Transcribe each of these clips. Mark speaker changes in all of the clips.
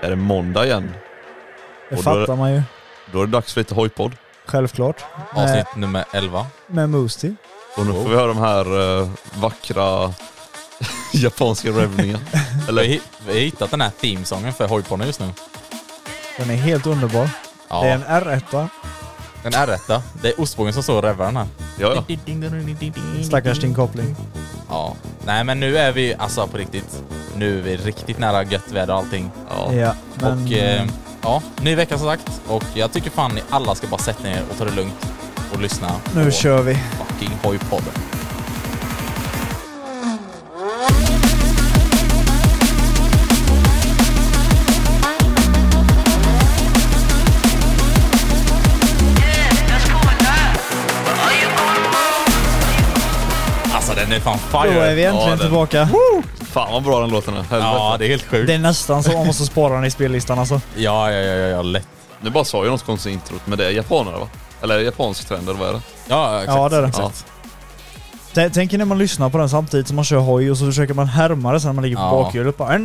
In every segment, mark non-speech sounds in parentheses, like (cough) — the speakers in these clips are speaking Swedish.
Speaker 1: är det måndag igen.
Speaker 2: Det
Speaker 1: Och då-
Speaker 2: fattar man ju.
Speaker 1: Då är det dags för lite hojpodd.
Speaker 2: Självklart. Med,
Speaker 3: Avsnitt nummer 11.
Speaker 2: med Moostie.
Speaker 1: Och nu får vi höra de här eh, vackra (laughs) japanska
Speaker 2: (laughs)
Speaker 1: revningarna.
Speaker 3: Eller vi, vi har hittat den här themesången för Hojpodden just nu.
Speaker 2: Den är helt underbar.
Speaker 3: Ja,
Speaker 2: Det är en R1.
Speaker 3: den är rätta. Det är ostbågen som står och revvar den här.
Speaker 1: Ja, ja.
Speaker 2: Stackars din koppling.
Speaker 3: Ja. Nej men nu är vi alltså på riktigt. Nu är vi riktigt nära gött väder och allting.
Speaker 1: ja.
Speaker 2: Ja, men...
Speaker 3: Och eh, ja, ny vecka som sagt. Och jag tycker fan ni alla ska bara sätta ner och ta det lugnt och lyssna
Speaker 2: nu
Speaker 3: på
Speaker 2: kör vi.
Speaker 3: fucking Hojpodden. Alltså den är fan
Speaker 2: Då
Speaker 3: fire!
Speaker 2: är vi äntligen
Speaker 1: den-
Speaker 2: tillbaka.
Speaker 1: Fan vad bra den låten är. Helvete.
Speaker 3: Ja, det är helt sjukt.
Speaker 2: Det är nästan så man måste spara den i spellistan alltså.
Speaker 3: Ja, ja, ja, ja, ja, lätt.
Speaker 1: Nu bara sa jag något konstigt i introt, men det är japaner va? Eller japansk trend eller vad är det?
Speaker 3: Ja, exakt.
Speaker 2: Ja, det är det.
Speaker 3: Exakt.
Speaker 2: T- Tänk er när man lyssnar på den samtidigt som man kör hoj och så försöker man härma det sen när man ligger på
Speaker 3: Ja. alltså,
Speaker 2: bakhjulet. Bara...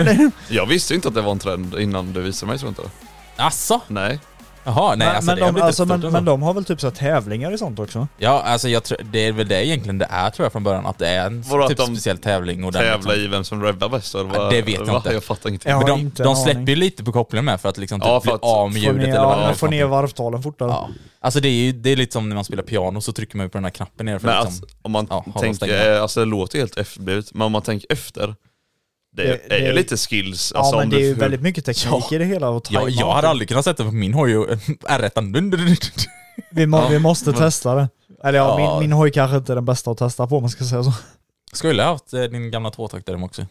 Speaker 2: Men,
Speaker 1: Jag visste inte att det var en trend innan du visade mig, tror jag inte.
Speaker 3: Alltså?
Speaker 1: Nej.
Speaker 3: Jaha, nej alltså
Speaker 2: men,
Speaker 3: det har
Speaker 2: de,
Speaker 3: blivit
Speaker 2: alltså,
Speaker 3: ett
Speaker 2: men,
Speaker 3: stort
Speaker 2: men
Speaker 3: alltså.
Speaker 2: de har väl typ så här tävlingar i sånt också?
Speaker 3: Ja, alltså jag tror, det är väl det egentligen det är tror jag från början, att det är en
Speaker 1: Vadå,
Speaker 3: typ
Speaker 1: att de
Speaker 3: speciell tävling och den
Speaker 1: Tävla
Speaker 3: liksom.
Speaker 1: i vem som revvar bäst eller
Speaker 3: Ja,
Speaker 1: vad?
Speaker 3: det vet jag
Speaker 1: va?
Speaker 3: inte.
Speaker 1: Jag fattar ingenting.
Speaker 2: Ja.
Speaker 3: Men
Speaker 2: har
Speaker 3: de,
Speaker 2: inte en
Speaker 3: de
Speaker 2: aning.
Speaker 3: släpper ju lite på kopplingen med för att liksom typ
Speaker 1: Ja, för
Speaker 3: bli
Speaker 1: att
Speaker 3: av med
Speaker 2: Få
Speaker 3: ljudet
Speaker 2: ner,
Speaker 3: eller vad det
Speaker 2: ja,
Speaker 3: är.
Speaker 2: få
Speaker 3: för
Speaker 2: ner
Speaker 3: någonting.
Speaker 2: varvtalen fortare.
Speaker 3: Ja. Alltså det är ju det är lite som när man spelar piano så trycker man ju på den här knappen ner för
Speaker 1: Men
Speaker 3: att
Speaker 1: alltså,
Speaker 3: liksom,
Speaker 1: om man
Speaker 3: Ja, hålla
Speaker 1: tänker,
Speaker 3: stängerna.
Speaker 1: eh, alltså det låter helt efterblivet, men om man tänker efter. Det,
Speaker 2: Det-
Speaker 1: är ju
Speaker 2: det-
Speaker 1: lite skills.
Speaker 2: Ja
Speaker 1: Alltså, om
Speaker 2: men det är
Speaker 1: du,
Speaker 2: ju
Speaker 1: hur-
Speaker 2: väldigt mycket teknik i det hela och
Speaker 3: jag,
Speaker 2: tajma.
Speaker 3: jag hade aldrig kunnat sätta på min hoj (laughs) och R1.
Speaker 2: Vi, må,
Speaker 1: Ja,
Speaker 2: vi måste
Speaker 1: men-
Speaker 2: testa det. Eller ja,
Speaker 3: Ja.
Speaker 2: Min, min hoj kanske inte är den bästa att testa på om man ska säga så.
Speaker 3: (laughs) Skulle ha haft eh, din gamla tvåtaktare med också.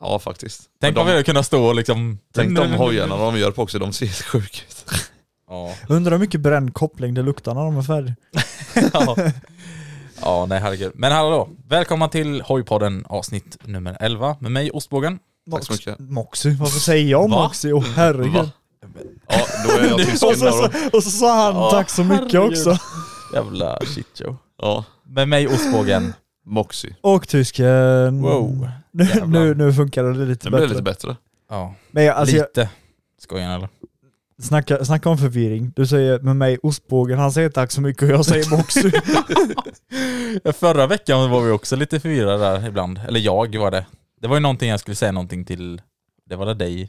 Speaker 1: Ja faktiskt.
Speaker 3: Tänk
Speaker 1: Men
Speaker 3: om vi
Speaker 1: de,
Speaker 3: hade kunnat stå och liksom...
Speaker 1: tänk de hojarna de gör på också, de ser helt sjuka ut.
Speaker 3: (laughs) Ja.
Speaker 2: Undrar hur mycket bränd koppling det luktar när de är färdiga.
Speaker 3: ja. ja, nej herregud. Men hallå, välkomna till Hojpodden avsnitt nummer 11 med mig Ostbågen.
Speaker 1: Tack så mycket.
Speaker 2: Moxie, varför säger jag
Speaker 3: Va?
Speaker 2: Moxie? Åh herregud.
Speaker 1: Va? Ja, då är jag tysken
Speaker 2: Och så,
Speaker 1: där
Speaker 2: så,
Speaker 1: då.
Speaker 2: och så sa han
Speaker 3: Ja,
Speaker 2: tack så mycket
Speaker 3: herregud.
Speaker 2: också.
Speaker 3: Jävla shit Joe.
Speaker 1: Ja,
Speaker 3: Med mig Ostbågen.
Speaker 1: Moxie.
Speaker 2: Och tysken.
Speaker 3: Wow.
Speaker 2: Nu,
Speaker 3: jävlar.
Speaker 2: nu, nu funkar det lite
Speaker 1: Det blev
Speaker 2: bättre.
Speaker 1: lite bättre.
Speaker 3: Ja,
Speaker 2: Men jag, alltså, jag,
Speaker 3: lite. Skojar ni, eller?
Speaker 2: snacka, snacka om förvirring. Du säger med mig ostbågen, han säger tack så mycket och jag säger Moxie.
Speaker 3: Ja, Förra veckan var vi också lite förvirrade där ibland. Eller jag var det. Det var ju någonting jag skulle säga någonting till, det var det dig.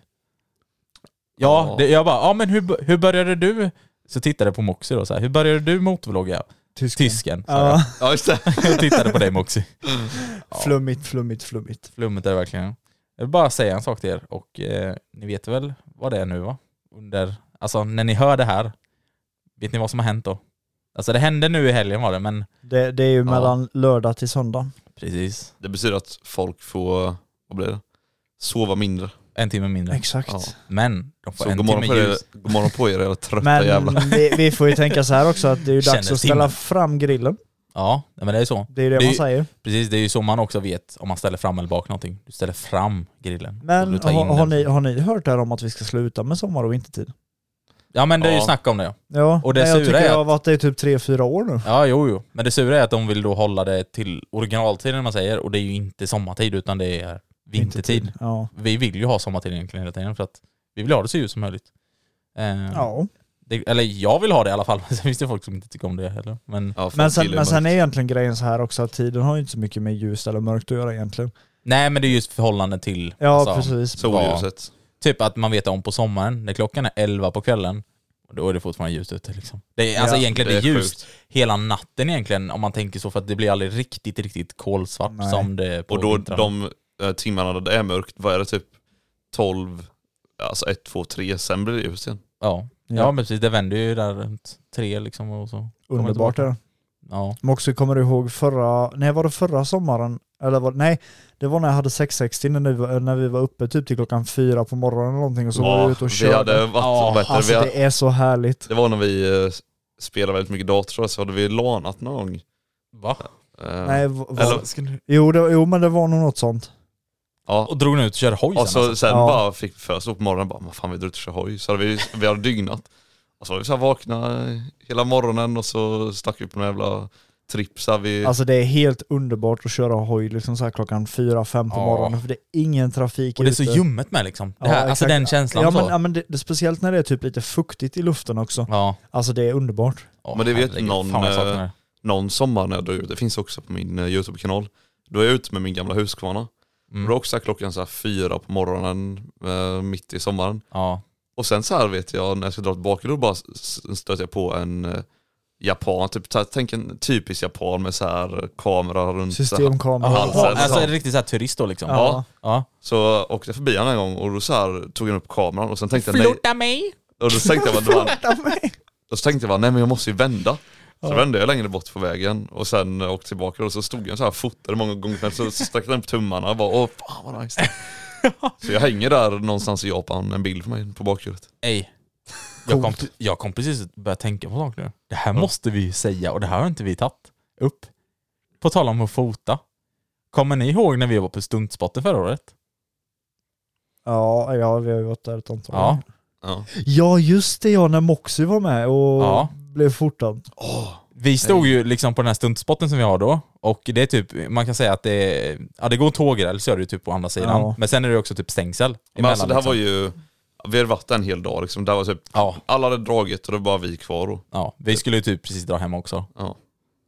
Speaker 3: Ja,
Speaker 1: Ja.
Speaker 3: det, jag bara, ja men hur, hur började du? Så tittade jag på Moxie då så här, hur började du motorvlogga?
Speaker 2: Tysken.
Speaker 3: Tysken. sa
Speaker 2: Ja,
Speaker 1: Ja just det.
Speaker 3: jag. (laughs) jag tittade på dig Moxie. Ja.
Speaker 2: flummigt, flummigt, flummigt.
Speaker 3: Flummet är det verkligen. Jag vill bara säga en sak till er och eh, ni vet väl vad det är nu va? Under, alltså när ni hör det här, vet ni vad som har hänt då? Alltså det hände nu i helgen var det men
Speaker 2: Det, det är ju mellan lördag till söndag.
Speaker 3: precis
Speaker 1: Det betyder att folk får, vad blir det? Sova mindre.
Speaker 3: en timme mindre.
Speaker 2: Exakt.
Speaker 1: Ja.
Speaker 3: Men de får
Speaker 1: Så
Speaker 3: en
Speaker 1: god morgon,
Speaker 3: timme
Speaker 1: på er,
Speaker 3: ljus.
Speaker 1: god morgon på er era trötta
Speaker 2: Men (laughs)
Speaker 1: jävlar.
Speaker 2: vi, vi får ju tänka så här också att det är ju dags
Speaker 3: Känner
Speaker 2: att ställa
Speaker 3: timmen.
Speaker 2: fram grillen.
Speaker 3: Ja, nej, men det är så.
Speaker 2: Det är det,
Speaker 3: Det-
Speaker 2: man säger.
Speaker 3: Precis, det är ju så man också vet om man ställer fram eller bak någonting. Du ställer fram grillen. och
Speaker 2: Men
Speaker 3: du tar in
Speaker 2: har, har,
Speaker 3: den.
Speaker 2: ni, har ni hört det här om att vi ska sluta med sommar och vintertid?
Speaker 3: Ja men det är ju
Speaker 1: Ja.
Speaker 3: snack om det ja.
Speaker 2: Ja,
Speaker 3: Och det
Speaker 2: nej, jag
Speaker 3: sura
Speaker 2: tycker
Speaker 3: är
Speaker 2: jag har
Speaker 3: att-
Speaker 2: varit det i typ tre fyra år nu.
Speaker 3: Ja jo jo. Men det sura är att de vill då hålla det till originaltiden man säger och det är ju inte sommartid utan det är vintertid.
Speaker 2: Ja.
Speaker 3: Vi vill ju ha sommartid egentligen hela tiden för att vi vill ha det så ljust som möjligt. Eh,
Speaker 2: ja.
Speaker 3: det, eller jag vill ha det i alla fall, (laughs) men sen finns det folk som inte tycker om det heller. Men
Speaker 1: Ja, folk
Speaker 2: Men, sen,
Speaker 1: gillar
Speaker 2: men sen är
Speaker 1: mörkt.
Speaker 2: egentligen grejen så här också att tiden har ju inte så mycket med ljust eller mörkt att göra egentligen.
Speaker 3: nej men det är just förhållande till
Speaker 2: Ja,
Speaker 3: alltså,
Speaker 2: precis.
Speaker 1: Solljuset.
Speaker 3: Typ att man vet om på sommaren, när klockan är 11 på kvällen, då är det fortfarande ljust ute liksom. Det är, alltså
Speaker 2: Ja,
Speaker 3: egentligen det är,
Speaker 1: det är
Speaker 3: ljust hela natten egentligen, om man tänker så, för att det blir aldrig riktigt, riktigt kolsvart
Speaker 2: Nej.
Speaker 3: som det är på
Speaker 1: Och då
Speaker 3: vintrarna.
Speaker 1: de eh, timmarna där det är mörkt, vad är det typ 12, alltså 1, 2, 3, sen blir det ljust igen.
Speaker 3: Ja. Ja.
Speaker 2: Ja.
Speaker 3: men precis, det vänder ju där runt tre liksom och så. kommer det
Speaker 2: Underbart är
Speaker 3: tillbaka.
Speaker 2: det.
Speaker 3: Ja.
Speaker 2: Men också kommer du ihåg förra, nej var det förra sommaren? Eller var, nej, det var när jag hade 660 när, du, när vi var uppe typ till klockan fyra på morgonen eller någonting och så var vi ute och
Speaker 1: vi
Speaker 2: körde.
Speaker 1: hade varit
Speaker 3: Ja,
Speaker 1: bättre.
Speaker 2: alltså
Speaker 1: vi hade,
Speaker 2: det är så härligt.
Speaker 1: det var när vi eh, spelade väldigt mycket dator tror jag, så hade vi lånat någon gång.
Speaker 3: Va?
Speaker 1: Eh,
Speaker 2: Nej, v- var,
Speaker 1: Eller-
Speaker 2: jo, det, jo men det var nog något sånt.
Speaker 1: Ja.
Speaker 3: Och drog ni ut och körde hoj sen
Speaker 1: Och så
Speaker 3: alltså.
Speaker 1: sen
Speaker 2: Ja.
Speaker 1: bara fick vi för oss upp på morgonen bara, "Men fan vi drar ut och kör hoj. Så hade vi, vi hade dygnat. Och så var vi så här vakna eh, hela morgonen och så stack vi på några jävla trips här vid
Speaker 2: Alltså det är helt underbart att köra hoj liksom så här klockan fyra fem på
Speaker 3: Ja.
Speaker 2: morgonen för det är ingen trafik
Speaker 3: Och det är så
Speaker 2: ute.
Speaker 3: ljummet med liksom. Det här,
Speaker 2: Ja,
Speaker 3: alltså
Speaker 2: exakt.
Speaker 3: den känslan
Speaker 2: Ja
Speaker 3: och så.
Speaker 2: men, ja, men det, det, speciellt när det är typ lite fuktigt i luften också.
Speaker 3: ja.
Speaker 2: Alltså det är underbart.
Speaker 3: Åh,
Speaker 1: Men det vet
Speaker 3: herregud,
Speaker 1: någon, eh,
Speaker 3: Fan, vad jag saknar det.
Speaker 1: någon sommar när jag drar ut, det finns också på min eh, YouTube-kanal. Då är jag ute med min gamla Husqvarna.
Speaker 3: Mm.
Speaker 1: Då är också så här klockan så här fyra på morgonen, eh, mitt i sommaren.
Speaker 3: Ja.
Speaker 1: Och sen så här vet jag, när jag ska dra tillbaka då bara s- s- stöter jag på en eh, japan, typ, ta- tänk en typisk japan med så här kamera runt så här.
Speaker 2: Systemkamera.
Speaker 1: Ja,
Speaker 3: Alltså,
Speaker 1: alltså,
Speaker 3: alltså
Speaker 1: så.
Speaker 3: en riktig så här turist då liksom.
Speaker 2: Ja.
Speaker 3: ja.
Speaker 1: Så åkte jag förbi honom en gång och då så här, tog han upp kameran och sen tänkte jag nej.
Speaker 3: Flirta mig!
Speaker 1: Och då tänkte jag bara,
Speaker 2: Ja, men-
Speaker 1: och så tänkte jag bara nej men jag måste ju vända. Så vände jag längre bort på vägen och sen eh, åkte tillbaka och så stod jag så här och fotade många gånger men så sträckte han upp tummarna och bara åh fan vad nice. Så jag hänger där någonstans i Japan, en bild för mig på bakhuvudet.
Speaker 3: Ey. Jag kom, jag kom precis att börja tänka på saker nu. Det här måste vi ju säga och det här har inte vi tagit upp. På tal om att fota. Kommer ni ihåg när vi var på stuntspotten förra året?
Speaker 2: ja, ja, vi har ju varit där ett antal
Speaker 3: Ja.
Speaker 2: gånger.
Speaker 1: Ja.
Speaker 2: Ja just det, ja när Moxie var med och
Speaker 3: Ja.
Speaker 2: blev fotad.
Speaker 3: Vi stod ju liksom på den här stuntspotten som vi har då och det är typ, man kan säga att det är, ja det går tågräls så är det ju typ på andra sidan.
Speaker 2: Ja.
Speaker 3: Men sen är det också typ stängsel.
Speaker 1: Men alltså
Speaker 3: emellan
Speaker 1: det här
Speaker 3: liksom.
Speaker 1: var ju, vi hade varit där en hel dag liksom, där var typ,
Speaker 3: Ja.
Speaker 1: alla hade dragit och det var bara vi kvar och,
Speaker 3: Ja, vi skulle ju typ precis dra hem också.
Speaker 1: ja.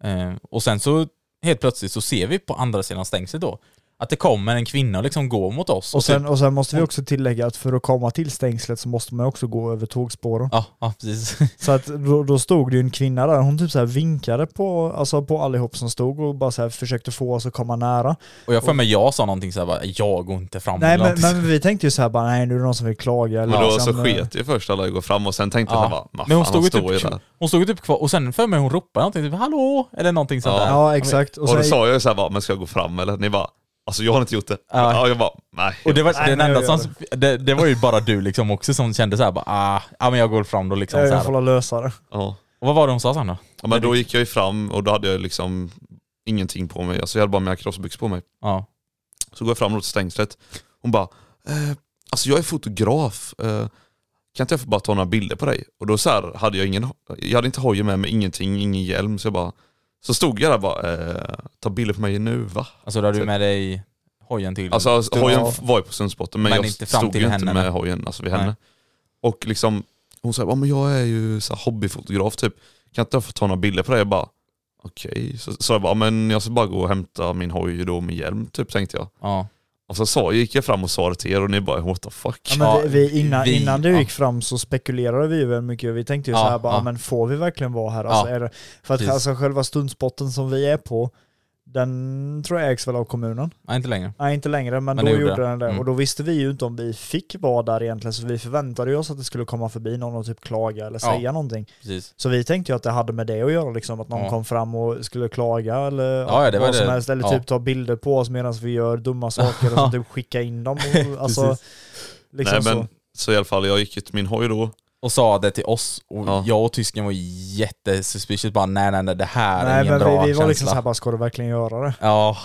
Speaker 3: Eh, och sen så helt plötsligt så ser vi på andra sidan stängslet då att det kommer en kvinna och liksom går mot oss.
Speaker 2: Och sen,
Speaker 3: typ,
Speaker 2: och sen måste vi också tillägga att för att komma till stängslet så måste man också gå över tågspåren.
Speaker 3: ja, ja, precis. (laughs)
Speaker 2: Så att då, då stod det ju en kvinna där, hon typ så här vinkade på, alltså på allihop som stod och bara så här försökte få oss att komma nära.
Speaker 3: Och jag för mig jag sa någonting såhär bara, jag går inte fram.
Speaker 2: Nej
Speaker 3: eller
Speaker 2: men,
Speaker 3: någonting.
Speaker 2: men vi tänkte ju så här bara nej nu är det någon som vill klaga eller
Speaker 1: Men då
Speaker 2: liksom,
Speaker 1: så
Speaker 2: eh,
Speaker 1: sket ju först alla går fram och sen tänkte jag
Speaker 3: ja.
Speaker 1: bara, "Ma
Speaker 3: men
Speaker 1: fan,
Speaker 3: hon stod,
Speaker 1: han
Speaker 3: ju
Speaker 1: står ju
Speaker 3: typ,
Speaker 1: där.
Speaker 3: hon stod ju typ kvar, och sen för mig hon ropade någonting, typ hallå! Eller någonting sånt
Speaker 1: Ja.
Speaker 3: där.
Speaker 2: Ja exakt.
Speaker 1: Och,
Speaker 2: Och, sen,
Speaker 1: då sa jag ju såhär bara, men ska jag gå fram eller? Ni bara, alltså jag har inte gjort det.
Speaker 3: Ja.
Speaker 1: Ja, jag bara, nej.
Speaker 3: Och det var,
Speaker 2: Nej,
Speaker 3: den
Speaker 2: men jag
Speaker 3: enda
Speaker 2: gör
Speaker 3: som, det, det var ju bara du liksom också som kände såhär bara ah, ja men jag går fram då liksom.
Speaker 2: jag,
Speaker 3: Så
Speaker 2: jag får
Speaker 3: här.
Speaker 2: la lösa det.
Speaker 1: ja.
Speaker 3: Och vad var det hon sa sen då?
Speaker 1: ja men då gick jag ju fram och då hade jag liksom ingenting på mig. Alltså jag hade bara mina crossbyxor på mig.
Speaker 3: Ja.
Speaker 1: Så går jag fram mot stängslet. Hon bara, eh, alltså jag är fotograf. Eh, kan inte jag få bara ta några bilder på dig? Och då så här hade jag ingen, jag hade inte hojen med mig, ingenting, ingen hjälm. Så jag bara, så stod jag där bara, eh, ta bilder på mig nu va?
Speaker 3: Alltså då hade du med dig hojen till
Speaker 1: Alltså
Speaker 3: stunden.
Speaker 1: hojen var ju på Sundsbotten men,
Speaker 3: Men
Speaker 1: jag
Speaker 3: inte fram
Speaker 1: stod
Speaker 3: till
Speaker 1: ju
Speaker 3: henne,
Speaker 1: inte
Speaker 3: nej.
Speaker 1: med hojen, alltså vid
Speaker 3: Nej.
Speaker 1: henne. Och liksom, hon sa ja men jag är ju så här hobbyfotograf typ, kan inte jag få ta några bilder på dig? Jag bara okej, så sa jag bara men jag ska bara gå och hämta min hoj då och min hjälm typ tänkte jag.
Speaker 3: Ja.
Speaker 1: Och så sa, gick jag fram och sa det till er och ni bara what the fuck.
Speaker 2: Ja, men
Speaker 3: Ja,
Speaker 2: vi, vi, innan,
Speaker 3: vi-
Speaker 2: innan du
Speaker 3: ja.
Speaker 2: gick fram så spekulerade vi ju väldigt mycket. Vi tänkte ju
Speaker 3: Ja,
Speaker 2: så här bara,
Speaker 3: ja.
Speaker 2: men får vi verkligen vara här? Alltså,
Speaker 3: Ja,
Speaker 2: är det, för att
Speaker 3: precis.
Speaker 2: alltså, själva stundspotten som vi är på, den tror jag ägs väl av kommunen.
Speaker 3: Nej inte längre.
Speaker 2: Nej, inte längre, men,
Speaker 3: Men
Speaker 2: då
Speaker 3: det gjorde
Speaker 2: gjorde
Speaker 3: det.
Speaker 2: den det.
Speaker 3: Mm.
Speaker 2: Och då visste vi ju inte om vi fick vara där egentligen, så vi förväntade ju oss att det skulle komma förbi någon och typ klaga eller
Speaker 3: Ja.
Speaker 2: säga någonting.
Speaker 3: Precis.
Speaker 2: Så vi tänkte ju att det hade med det att göra, liksom, att någon
Speaker 3: Ja.
Speaker 2: kom fram och skulle klaga eller
Speaker 3: Ja, ja, det var
Speaker 2: vad som
Speaker 3: det.
Speaker 2: helst, eller
Speaker 3: Ja.
Speaker 2: typ ta bilder på oss medan vi gör dumma saker och
Speaker 3: (laughs)
Speaker 2: så typ skicka in dem. Och, alltså,
Speaker 3: Precis.
Speaker 2: liksom
Speaker 1: Nej,
Speaker 2: så.
Speaker 1: men, så. i alla fall, jag gick ut till min hoj då
Speaker 3: och sa det till oss och
Speaker 1: Ja.
Speaker 3: jag och tysken var jättesuspicious bara nej nej nej det här är
Speaker 2: Nej
Speaker 3: ingen
Speaker 2: men
Speaker 3: bra
Speaker 2: vi, vi
Speaker 3: känsla.
Speaker 2: var liksom såhär bara, ska du verkligen göra det?
Speaker 3: Ja.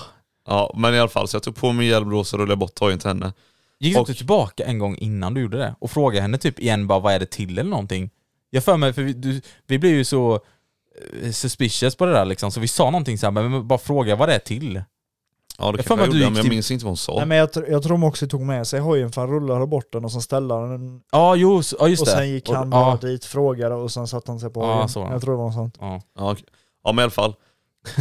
Speaker 1: Ja, men i alla fall, så jag tog på mig hjälm då, så rullade jag bort tojen till henne.
Speaker 3: Gick du
Speaker 1: Och-
Speaker 3: inte tillbaka en gång innan du gjorde det? Och frågade henne typ igen bara vad är det till eller någonting? Jag för mig, för vi, du, vi blev ju så eh, suspicious på det där liksom, så vi sa någonting såhär, men bara fråga vad det är till.
Speaker 1: Ja, det
Speaker 3: Jag
Speaker 1: kanske jag
Speaker 3: får mig att
Speaker 1: gjorde,
Speaker 3: du gick
Speaker 1: men jag
Speaker 3: till-
Speaker 1: minns inte vad hon sa.
Speaker 2: Nej men jag, tr- jag tror de också tog med sig hojen för han rullade bort den och sen ställde han den
Speaker 3: Ja, jo, så- ja just
Speaker 2: och
Speaker 3: det.
Speaker 2: sen gick han
Speaker 3: och,
Speaker 2: bara
Speaker 3: ja,
Speaker 2: dit, frågade och sen satte han sig på
Speaker 3: Ja,
Speaker 2: hojen.
Speaker 3: så var det.
Speaker 2: Jag tror det var något sånt.
Speaker 3: ja.
Speaker 1: Ja, okej. ja men i alla fall.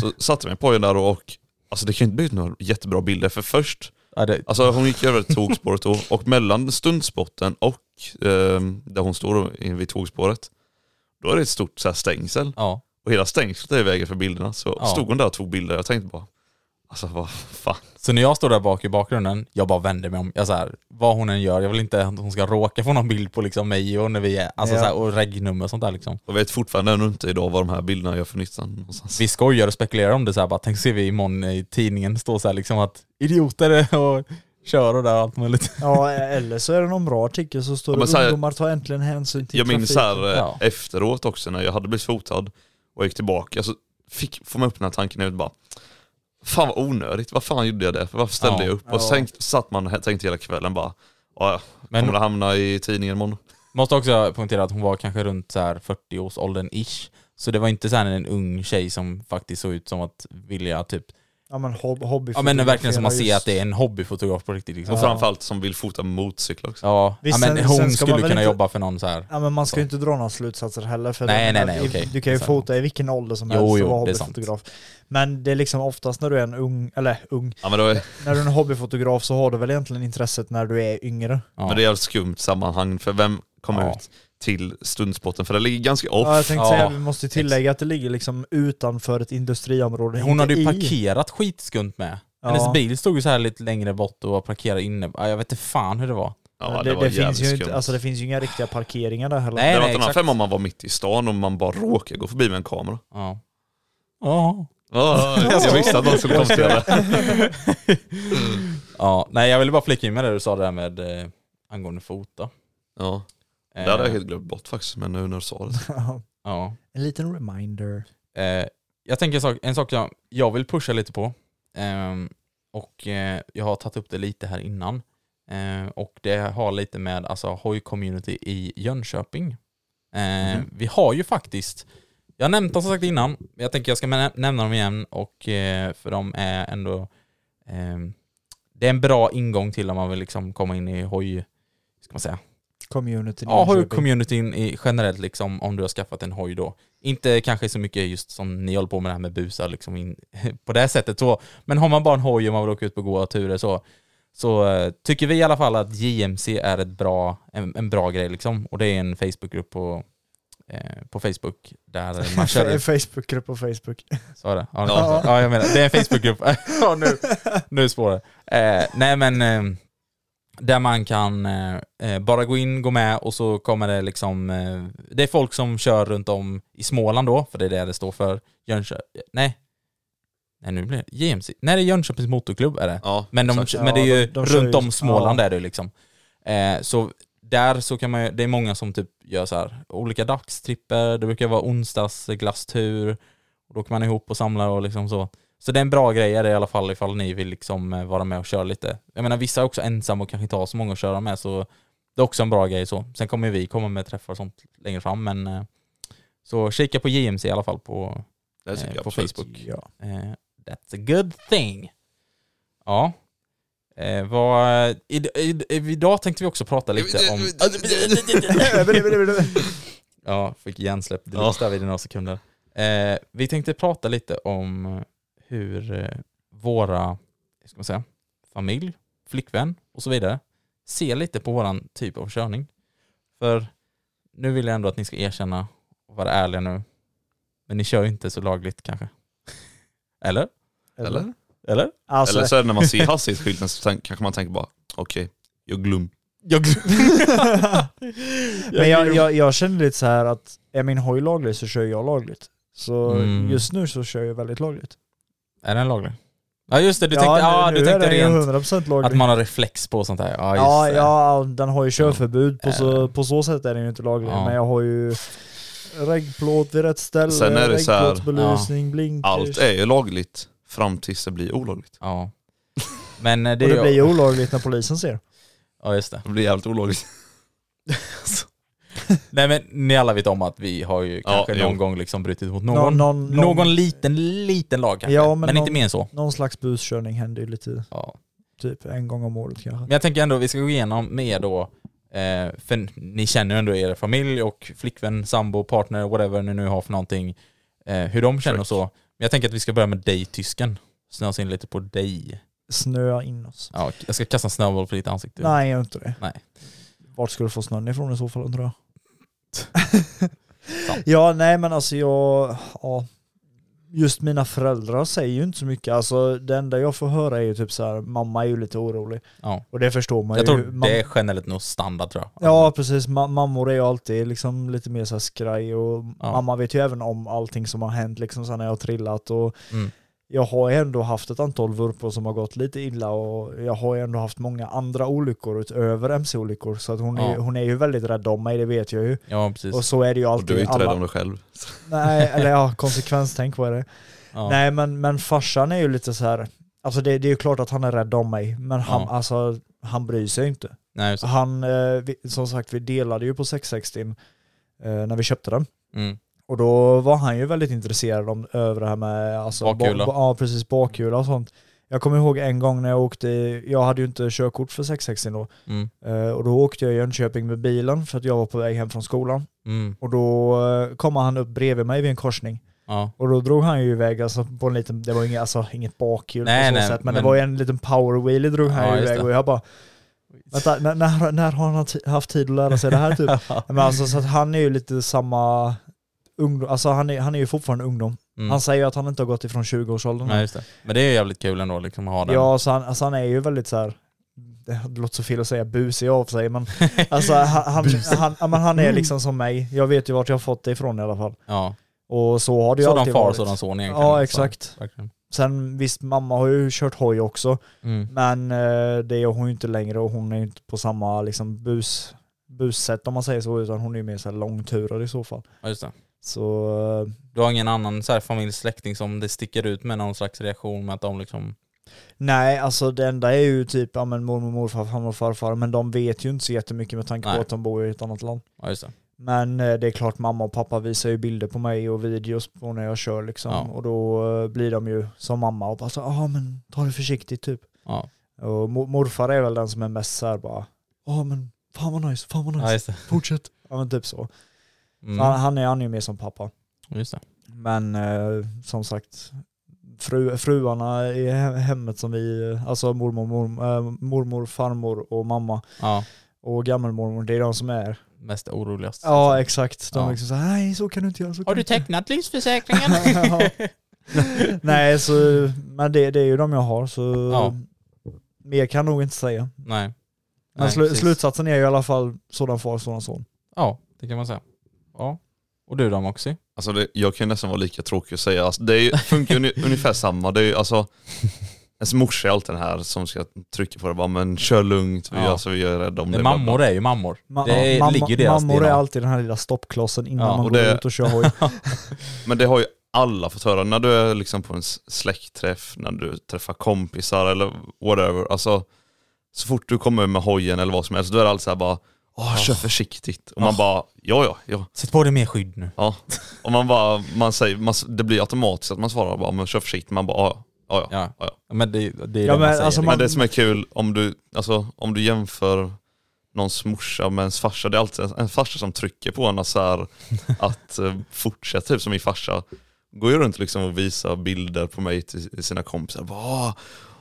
Speaker 1: Så satte jag mig på den där och, alltså det kan ju inte bli ut några jättebra bilder för först,
Speaker 3: Ja, det,
Speaker 1: alltså hon gick över tågspåret då och mellan stundspotten och ehm, där hon står då, in vid tågspåret, då är det ett stort så här, stängsel.
Speaker 3: ja.
Speaker 1: Och hela stängslet är i vägen för bilderna. Så
Speaker 3: Ja.
Speaker 1: stod hon där och tog bilder jag tänkte bara, alltså vad fan.
Speaker 3: Så när jag står där bak i bakgrunden, jag bara vänder mig om. Jag så här, vad hon än gör, jag vill inte att hon ska råka få någon bild på liksom mig och när vi är, alltså
Speaker 2: Ja.
Speaker 3: så här, och regnummer och sånt där liksom.
Speaker 1: Jag vet fortfarande ännu inte idag vad de här bilderna gör för nytta någonstans.
Speaker 3: Vi skojar och spekulerar om det så här, bara tänk ser vi imorgon i tidningen stå så här liksom att idioter och kör och där och allt möjligt.
Speaker 2: Ja, eller så är det någon bra artikel så står
Speaker 1: Ja, men
Speaker 2: det
Speaker 1: så här-
Speaker 2: ungdomar tar äntligen hänsyn till
Speaker 1: Jag minns
Speaker 2: trafiken.
Speaker 1: här eh,
Speaker 3: Ja.
Speaker 1: efteråt också när jag hade blivit fotad och gick tillbaka så fick, får man upp den här tanken ut bara Fan vad onödigt, vad fan gjorde jag det för? Varför ställde
Speaker 3: Ja.
Speaker 1: jag upp? Och
Speaker 2: Ja.
Speaker 1: sen satt man och tänkte hela kvällen bara "Ja, ja,
Speaker 3: Men-
Speaker 1: kommer det hamna i tidningen imorgon?
Speaker 3: Måste också poängtera att hon var kanske runt så här 40-årsåldern ish. Så det var inte så här en ung tjej som faktiskt såg ut som att vilja typ,
Speaker 2: Ja men hob- hobby
Speaker 3: ja men verkligen som man ser att det är en hobbyfotograf på riktigt liksom.
Speaker 1: Och framförallt som vill fota motorcyklar också.
Speaker 3: Ja,
Speaker 2: Visst,
Speaker 3: ja men
Speaker 2: sen-
Speaker 3: hon
Speaker 2: sen ska man
Speaker 3: skulle
Speaker 2: väl
Speaker 3: kunna
Speaker 2: inte-
Speaker 3: jobba för någon så här.
Speaker 2: Ja men man ska ju inte dra några slutsatser heller för
Speaker 3: Nej,
Speaker 2: det,
Speaker 3: nej, nej,
Speaker 2: i-
Speaker 3: okej.
Speaker 2: du kan ju
Speaker 3: Så.
Speaker 2: fota i vilken ålder som
Speaker 3: Jo,
Speaker 2: helst
Speaker 3: jo,
Speaker 2: och vara
Speaker 3: det är sant.
Speaker 2: hobbyfotograf. Men det är liksom oftast när du är en ung, eller ung,
Speaker 1: Ja, men, det var,
Speaker 2: när du är en hobbyfotograf så har du väl egentligen intresset när du är yngre.
Speaker 3: Ja.
Speaker 1: men det är ett skumt sammanhang för vem kommer
Speaker 3: Ja.
Speaker 1: ut till stundspotten? För det ligger ganska off.
Speaker 2: Ja, jag tänkte
Speaker 3: ja,
Speaker 2: säga, vi måste tillägga att det ligger liksom utanför ett industriområde.
Speaker 3: Hon
Speaker 2: inte
Speaker 3: hade ju
Speaker 2: i.
Speaker 3: parkerat skitskumt med.
Speaker 2: Ja.
Speaker 3: Hennes bil stod ju så här lite längre bort och var parkerad inne. Ja, Jag vet inte fan hur det var.
Speaker 1: Ja,
Speaker 2: det, det,
Speaker 1: var jävligt
Speaker 2: finns ju
Speaker 1: skumt.
Speaker 2: inte, alltså det finns ju inga riktiga parkeringar där heller.
Speaker 3: Nej,
Speaker 1: det var
Speaker 3: nej,
Speaker 1: inte annan
Speaker 3: exakt.
Speaker 1: fem om man var mitt i stan och man bara råkade gå förbi med en kamera.
Speaker 3: Ja. Ja.
Speaker 1: Ja,
Speaker 2: (laughs)
Speaker 1: jag visste att någon skulle komma till det.
Speaker 3: ja. Nej, jag ville bara flika in med det du sa där med eh, angående fota.
Speaker 1: Ja,
Speaker 3: Eh,
Speaker 1: det hade jag helt glömt bort faktiskt, men nu när du sa det.
Speaker 3: ja.
Speaker 2: (laughs) en liten reminder.
Speaker 3: eh, Jag tänker en sak, en sak jag, jag vill pusha lite på. Ehm, och eh, jag har tagit upp det lite här innan. Ehm, och det har lite med alltså, hoj community i Jönköping. Ehm,
Speaker 1: Mhm.
Speaker 3: Vi har ju faktiskt, jag har nämnt dem som sagt innan, men jag tänker jag ska nä- nämna dem igen och eh, för de är ändå, ehm, det är en bra ingång till om man vill liksom komma in i hoj, hur ska man säga,
Speaker 2: Community.
Speaker 3: Ja, hoj
Speaker 2: Jönköping.
Speaker 3: communityn i, generellt liksom, om du har skaffat en hoj då. Inte kanske så mycket just som ni håller på med det här med busar liksom in, (laughs) på det här sättet så, men har man bara en hoj och man vill åka ut på goda turer så, så eh, tycker vi i alla fall att JMC är ett bra, en, en bra grej liksom. Och det är en Facebookgrupp på, eh, på Facebook
Speaker 2: (laughs)
Speaker 3: där man kör
Speaker 2: En Facebookgrupp på Facebook.
Speaker 3: Sa det? Ja,
Speaker 1: Ja.
Speaker 3: ja. ja jag menar, det är en
Speaker 2: (laughs)
Speaker 3: Facebookgrupp. (laughs) ja, nu, (laughs) nu spårar det. eh, Nej men, eh, där man kan eh, eh, bara gå in, gå med och så kommer det liksom, eh, det är folk som kör runt om i Småland då, för det är det det står för. Jönköping, nej. Nej nu blir det JMC, nej det är Jönköpings motorklubb är det.
Speaker 1: (laughs) Ja,
Speaker 3: Men, de,
Speaker 1: exakt.
Speaker 3: men det är ju
Speaker 2: Ja, de- de kör
Speaker 3: runt
Speaker 2: ju-
Speaker 3: om Småland
Speaker 2: ja.
Speaker 3: är det liksom. Eh, så där så kan man ju, det är många som typ gör så här olika dagstripper, det brukar vara onsdagsglasstur, och då kan man ihop och samlar och liksom så. Så det är en bra grej är det i alla fall ifall ni vill liksom eh, vara med och köra lite. Jag menar vissa är också ensamma och kanske inte har så många att köra med så det är också en bra grej så. Sen kommer vi komma med träffar och sånt längre fram men eh, så kika på JMC i alla fall på
Speaker 1: det tycker
Speaker 3: eh,
Speaker 1: jag
Speaker 3: på
Speaker 1: absolut.
Speaker 3: Facebook.
Speaker 2: Ja.
Speaker 3: Eh, that's a good thing. Ja. Eh, vad, i, i, i, idag tänkte vi också prata lite om... ja, fick hjärnsläpp direkt där vid några sekunder. Eh, vi tänkte prata lite om hur eh, våra, hur ska man säga, familj, flickvän och så vidare ser lite på våran typ av körning. För nu vill jag ändå att ni ska erkänna och vara ärliga nu. Men ni kör ju inte så lagligt kanske. (laughs) Eller?
Speaker 1: Eller?
Speaker 3: Eller?
Speaker 2: Alltså,
Speaker 1: Eller så är det när man ser hastighetsskylten så tänk- kanske man tänker bara, okej, jag glöm.
Speaker 2: (laughs)
Speaker 3: Jag (laughs)
Speaker 2: men jag, jag, jag känner lite så här att är min hoj laglig så kör jag lagligt. Så
Speaker 3: Mm.
Speaker 2: just nu så kör jag väldigt lagligt.
Speaker 3: Är den laglig? Ja just det, du tänkte, ja,
Speaker 2: nu
Speaker 3: du
Speaker 2: är
Speaker 3: tänkte
Speaker 2: den ju
Speaker 3: rent
Speaker 2: 100% laglig.
Speaker 3: att man har reflex på och sånt där. Ja, just
Speaker 2: Ja,
Speaker 3: det.
Speaker 2: ja, den har ju körförbud på så, på så sätt är den ju inte laglig.
Speaker 3: Ja.
Speaker 2: Men jag har ju regnplåt vid rätt ställe,
Speaker 1: Sen är det så här-
Speaker 2: regnplåtsbelysning, blinkers.
Speaker 1: Allt är ju lagligt fram tills det blir olagligt.
Speaker 3: ja. Men eh, det,
Speaker 2: Och det
Speaker 3: är
Speaker 2: blir ju
Speaker 3: ju...
Speaker 2: olagligt när polisen ser.
Speaker 3: Ja just det.
Speaker 1: Det blir jävligt olagligt.
Speaker 3: Nej men ni alla vet om att vi har ju
Speaker 1: Ja,
Speaker 3: kanske
Speaker 1: jo.
Speaker 3: någon gång liksom brutit mot någon,
Speaker 2: Någon,
Speaker 3: någon,
Speaker 2: någon, någon,
Speaker 3: liten, liten lag kanske.
Speaker 2: Ja, men
Speaker 3: men inte
Speaker 2: någon-
Speaker 3: mer än så.
Speaker 2: någon slags buskörning händer ju lite,
Speaker 3: Ja.
Speaker 2: typ en gång om året kanske.
Speaker 3: Men jag tänker ändå vi ska gå igenom med er då, eh, för ni känner ju ändå er familj och flickvän, sambo, partner, whatever ni nu har för någonting, eh, hur de känner och så. Men jag tänker att vi ska börja med dig tysken. Snöa oss in lite på dig.
Speaker 2: Snöa in oss.
Speaker 3: Ja, jag ska kasta en snöboll på ditt ansikte.
Speaker 2: Nej, jag gör inte det.
Speaker 3: Nej.
Speaker 2: Vart ska du få snön ifrån i så fall undrar jag?
Speaker 3: (laughs) Sant.
Speaker 2: ja, nej men alltså jag... Ja. Just mina föräldrar säger ju inte så mycket. Alltså det enda jag får höra är ju typ så här, mamma är ju lite orolig.
Speaker 3: Ja.
Speaker 2: Och det förstår man
Speaker 3: Jag
Speaker 2: ju.
Speaker 3: tror
Speaker 2: Mam-
Speaker 3: det är generellt nog standard tror jag.
Speaker 2: Ja precis, Ma- mammor är ju alltid liksom lite mer så här skraj och
Speaker 3: Ja.
Speaker 2: mamma vet ju även om allting som har hänt liksom så här när jag har trillat och
Speaker 3: Mm.
Speaker 2: jag har ju ändå haft ett antal vurpor som har gått lite illa och jag har ju ändå haft många andra olyckor utöver mc-olyckor så att hon, är,
Speaker 3: Ja.
Speaker 2: hon är ju väldigt rädd om mig, det vet jag ju.
Speaker 3: Ja precis.
Speaker 2: Och så är det ju
Speaker 1: Och
Speaker 2: alltid.
Speaker 1: du är inte
Speaker 2: alla-
Speaker 1: rädd om dig själv.
Speaker 2: Nej, eller ja, konsekvenstänk vad är det?
Speaker 3: ja.
Speaker 2: Nej men, men farsan är ju lite så här, alltså det, det är ju klart att han är rädd om mig, men han,
Speaker 3: Ja.
Speaker 2: alltså, han bryr sig inte.
Speaker 3: Nej, just det.
Speaker 2: Han, eh, vi, som sagt, vi delade ju på 660 eh, när vi köpte den.
Speaker 3: Mm.
Speaker 2: Och då var han ju väldigt intresserad om, över det här med alltså, ba-
Speaker 3: Bakhjula.
Speaker 2: ba- ja, precis, bakhjula och sånt. Jag kommer ihåg en gång när jag åkte, i- jag hade ju inte körkort för 660 då,
Speaker 3: Mm.
Speaker 2: eh, och då åkte jag i Jönköping med bilen för att jag var på väg hem från skolan.
Speaker 3: Mm.
Speaker 2: Och då eh, kom han upp bredvid mig vid en korsning.
Speaker 3: Ja.
Speaker 2: Och då drog han ju iväg alltså, på en liten, det var inget, alltså, inget bakhjul
Speaker 3: Nej,
Speaker 2: på så
Speaker 3: nej,
Speaker 2: sätt, men, det
Speaker 3: men-
Speaker 2: var ju en liten powerwheelie drog han
Speaker 3: Ja,
Speaker 2: ju
Speaker 3: just
Speaker 2: iväg
Speaker 3: det.
Speaker 2: och jag bara Vänta, när, när, när har han ti- haft tid att lära sig det
Speaker 3: (laughs)
Speaker 2: här typ? men alltså, så att han är ju lite samma ungdom, alltså han är, han är ju fortfarande ungdom.
Speaker 3: Mm.
Speaker 2: Han säger ju att han inte har gått ifrån 20-årsåldern.
Speaker 3: Nej, just det. Men det är ju jävligt kul ändå liksom att ha den.
Speaker 2: ja, så han, alltså, han är ju väldigt så här. det låter så fel att säga busig av sig,
Speaker 3: (laughs)
Speaker 2: men alltså han, han, han, ja, men han är liksom som mig. Jag vet ju vart jag har fått det ifrån i alla fall.
Speaker 3: ja.
Speaker 2: Och så har det ju
Speaker 3: Sådan
Speaker 2: alltid
Speaker 3: far,
Speaker 2: varit.
Speaker 3: sådan son egentligen.
Speaker 2: Ja,
Speaker 3: Så,
Speaker 2: exakt.
Speaker 3: verkligen.
Speaker 2: Sen visst, mamma har ju kört hoj också,
Speaker 3: Mm.
Speaker 2: men eh, det gör hon ju inte längre och hon är ju inte på samma liksom bus, bussätt om man säger så, utan hon är ju mer så här långturare i så fall.
Speaker 3: Ja, just det.
Speaker 2: Så eh,
Speaker 3: Du har ingen annan så här, familj, släkting som det sticker ut med någon slags reaktion med att de liksom...
Speaker 2: nej, alltså det enda är ju typ ja, men mormor, morfar, farmor, farfar, men de vet ju inte så jättemycket med tanke på
Speaker 3: Nej.
Speaker 2: att de bor i ett annat land.
Speaker 3: Ja, just det.
Speaker 2: Men eh, det är klart mamma och pappa visar ju bilder på mig och videos på när jag kör liksom.
Speaker 3: Ja.
Speaker 2: Och då eh, blir de ju som mamma och bara så, ja men ta det försiktigt typ.
Speaker 3: Ja,
Speaker 2: Och mo- morfar är väl den som är mest såhär bara, ja men fan vad nice, fan vad nice,
Speaker 3: ja just det.
Speaker 2: fortsätt. Ja men typ så.
Speaker 3: Mm.
Speaker 2: Han, han, är, han är ju mer som pappa.
Speaker 3: Just det.
Speaker 2: Men eh, som sagt, fru, fruarna i he- hemmet som vi, eh, alltså mormor, mor, eh, mormor, farmor och mamma
Speaker 3: Ja,
Speaker 2: och gammelmormor, det är de som är.
Speaker 3: mest oroligast.
Speaker 2: Ja exakt, de
Speaker 3: Ja.
Speaker 2: är liksom såhär, nej så kan du inte göra. Så kan inte."
Speaker 3: tecknat
Speaker 2: (laughs)
Speaker 3: livsförsäkringen? (laughs)
Speaker 2: Ja. (laughs) Nej så, men det, det är ju de jag har så
Speaker 3: Ja.
Speaker 2: mer kan jag nog inte säga.
Speaker 3: Nej.
Speaker 2: Men
Speaker 3: Nej,
Speaker 2: slu,
Speaker 3: precis.
Speaker 2: slutsatsen är ju i alla fall sådan far, sådan son.
Speaker 3: Ja, det kan man säga. Ja. Och du då Moxie?
Speaker 1: Alltså det, jag kan ju nästan vara lika tråkig och säga, alltså det är, ju- funkar ju uni- ungefär samma. Det är ju, alltså, ens morsa är alltid den här som ska trycka på det bara, men kör lugnt, vi,
Speaker 3: Ja.
Speaker 1: alltså, vi är rädda om
Speaker 3: Nej,
Speaker 1: det.
Speaker 3: mammor är ju mammor.
Speaker 2: Ma-
Speaker 3: det
Speaker 2: mamma-
Speaker 3: ligger i deras
Speaker 2: Mammor är
Speaker 3: DNA.
Speaker 2: alltid den här lilla stoppklossen innan
Speaker 3: Ja,
Speaker 2: man
Speaker 1: och
Speaker 2: går
Speaker 1: det-
Speaker 2: ut och
Speaker 1: (laughs)
Speaker 2: kör hoj.
Speaker 1: Men det har ju alla fått höra. När du är liksom på en s- släktträff, när du träffar kompisar eller whatever. Alltså, så fort du kommer med hojen eller vad som helst, då är det alltid så här bara Åh, kör försiktigt. Och man
Speaker 3: Ah.
Speaker 1: bara, ja ja, ja.
Speaker 3: Sätt på dig mer skydd nu.
Speaker 1: ja. Och man bara, man säger, man, s- det blir automatiskt att man svarar bara, men kör försiktigt. Man bara, "Ja, ja, ja.
Speaker 3: Ja.
Speaker 1: ja, ja.
Speaker 3: Men det, det är
Speaker 2: Ja,
Speaker 3: det
Speaker 2: men
Speaker 3: man säger.
Speaker 2: alltså
Speaker 3: liksom.
Speaker 2: man-
Speaker 1: Men det som är kul, om du, alltså, om du jämför någons morsa med ens farsa, det är alltid en farsa som trycker på en så här, att eh, fortsätta, typ som min farsa. Går ju runt liksom och visar bilder på mig till sina kompisar. Bara, "Ah,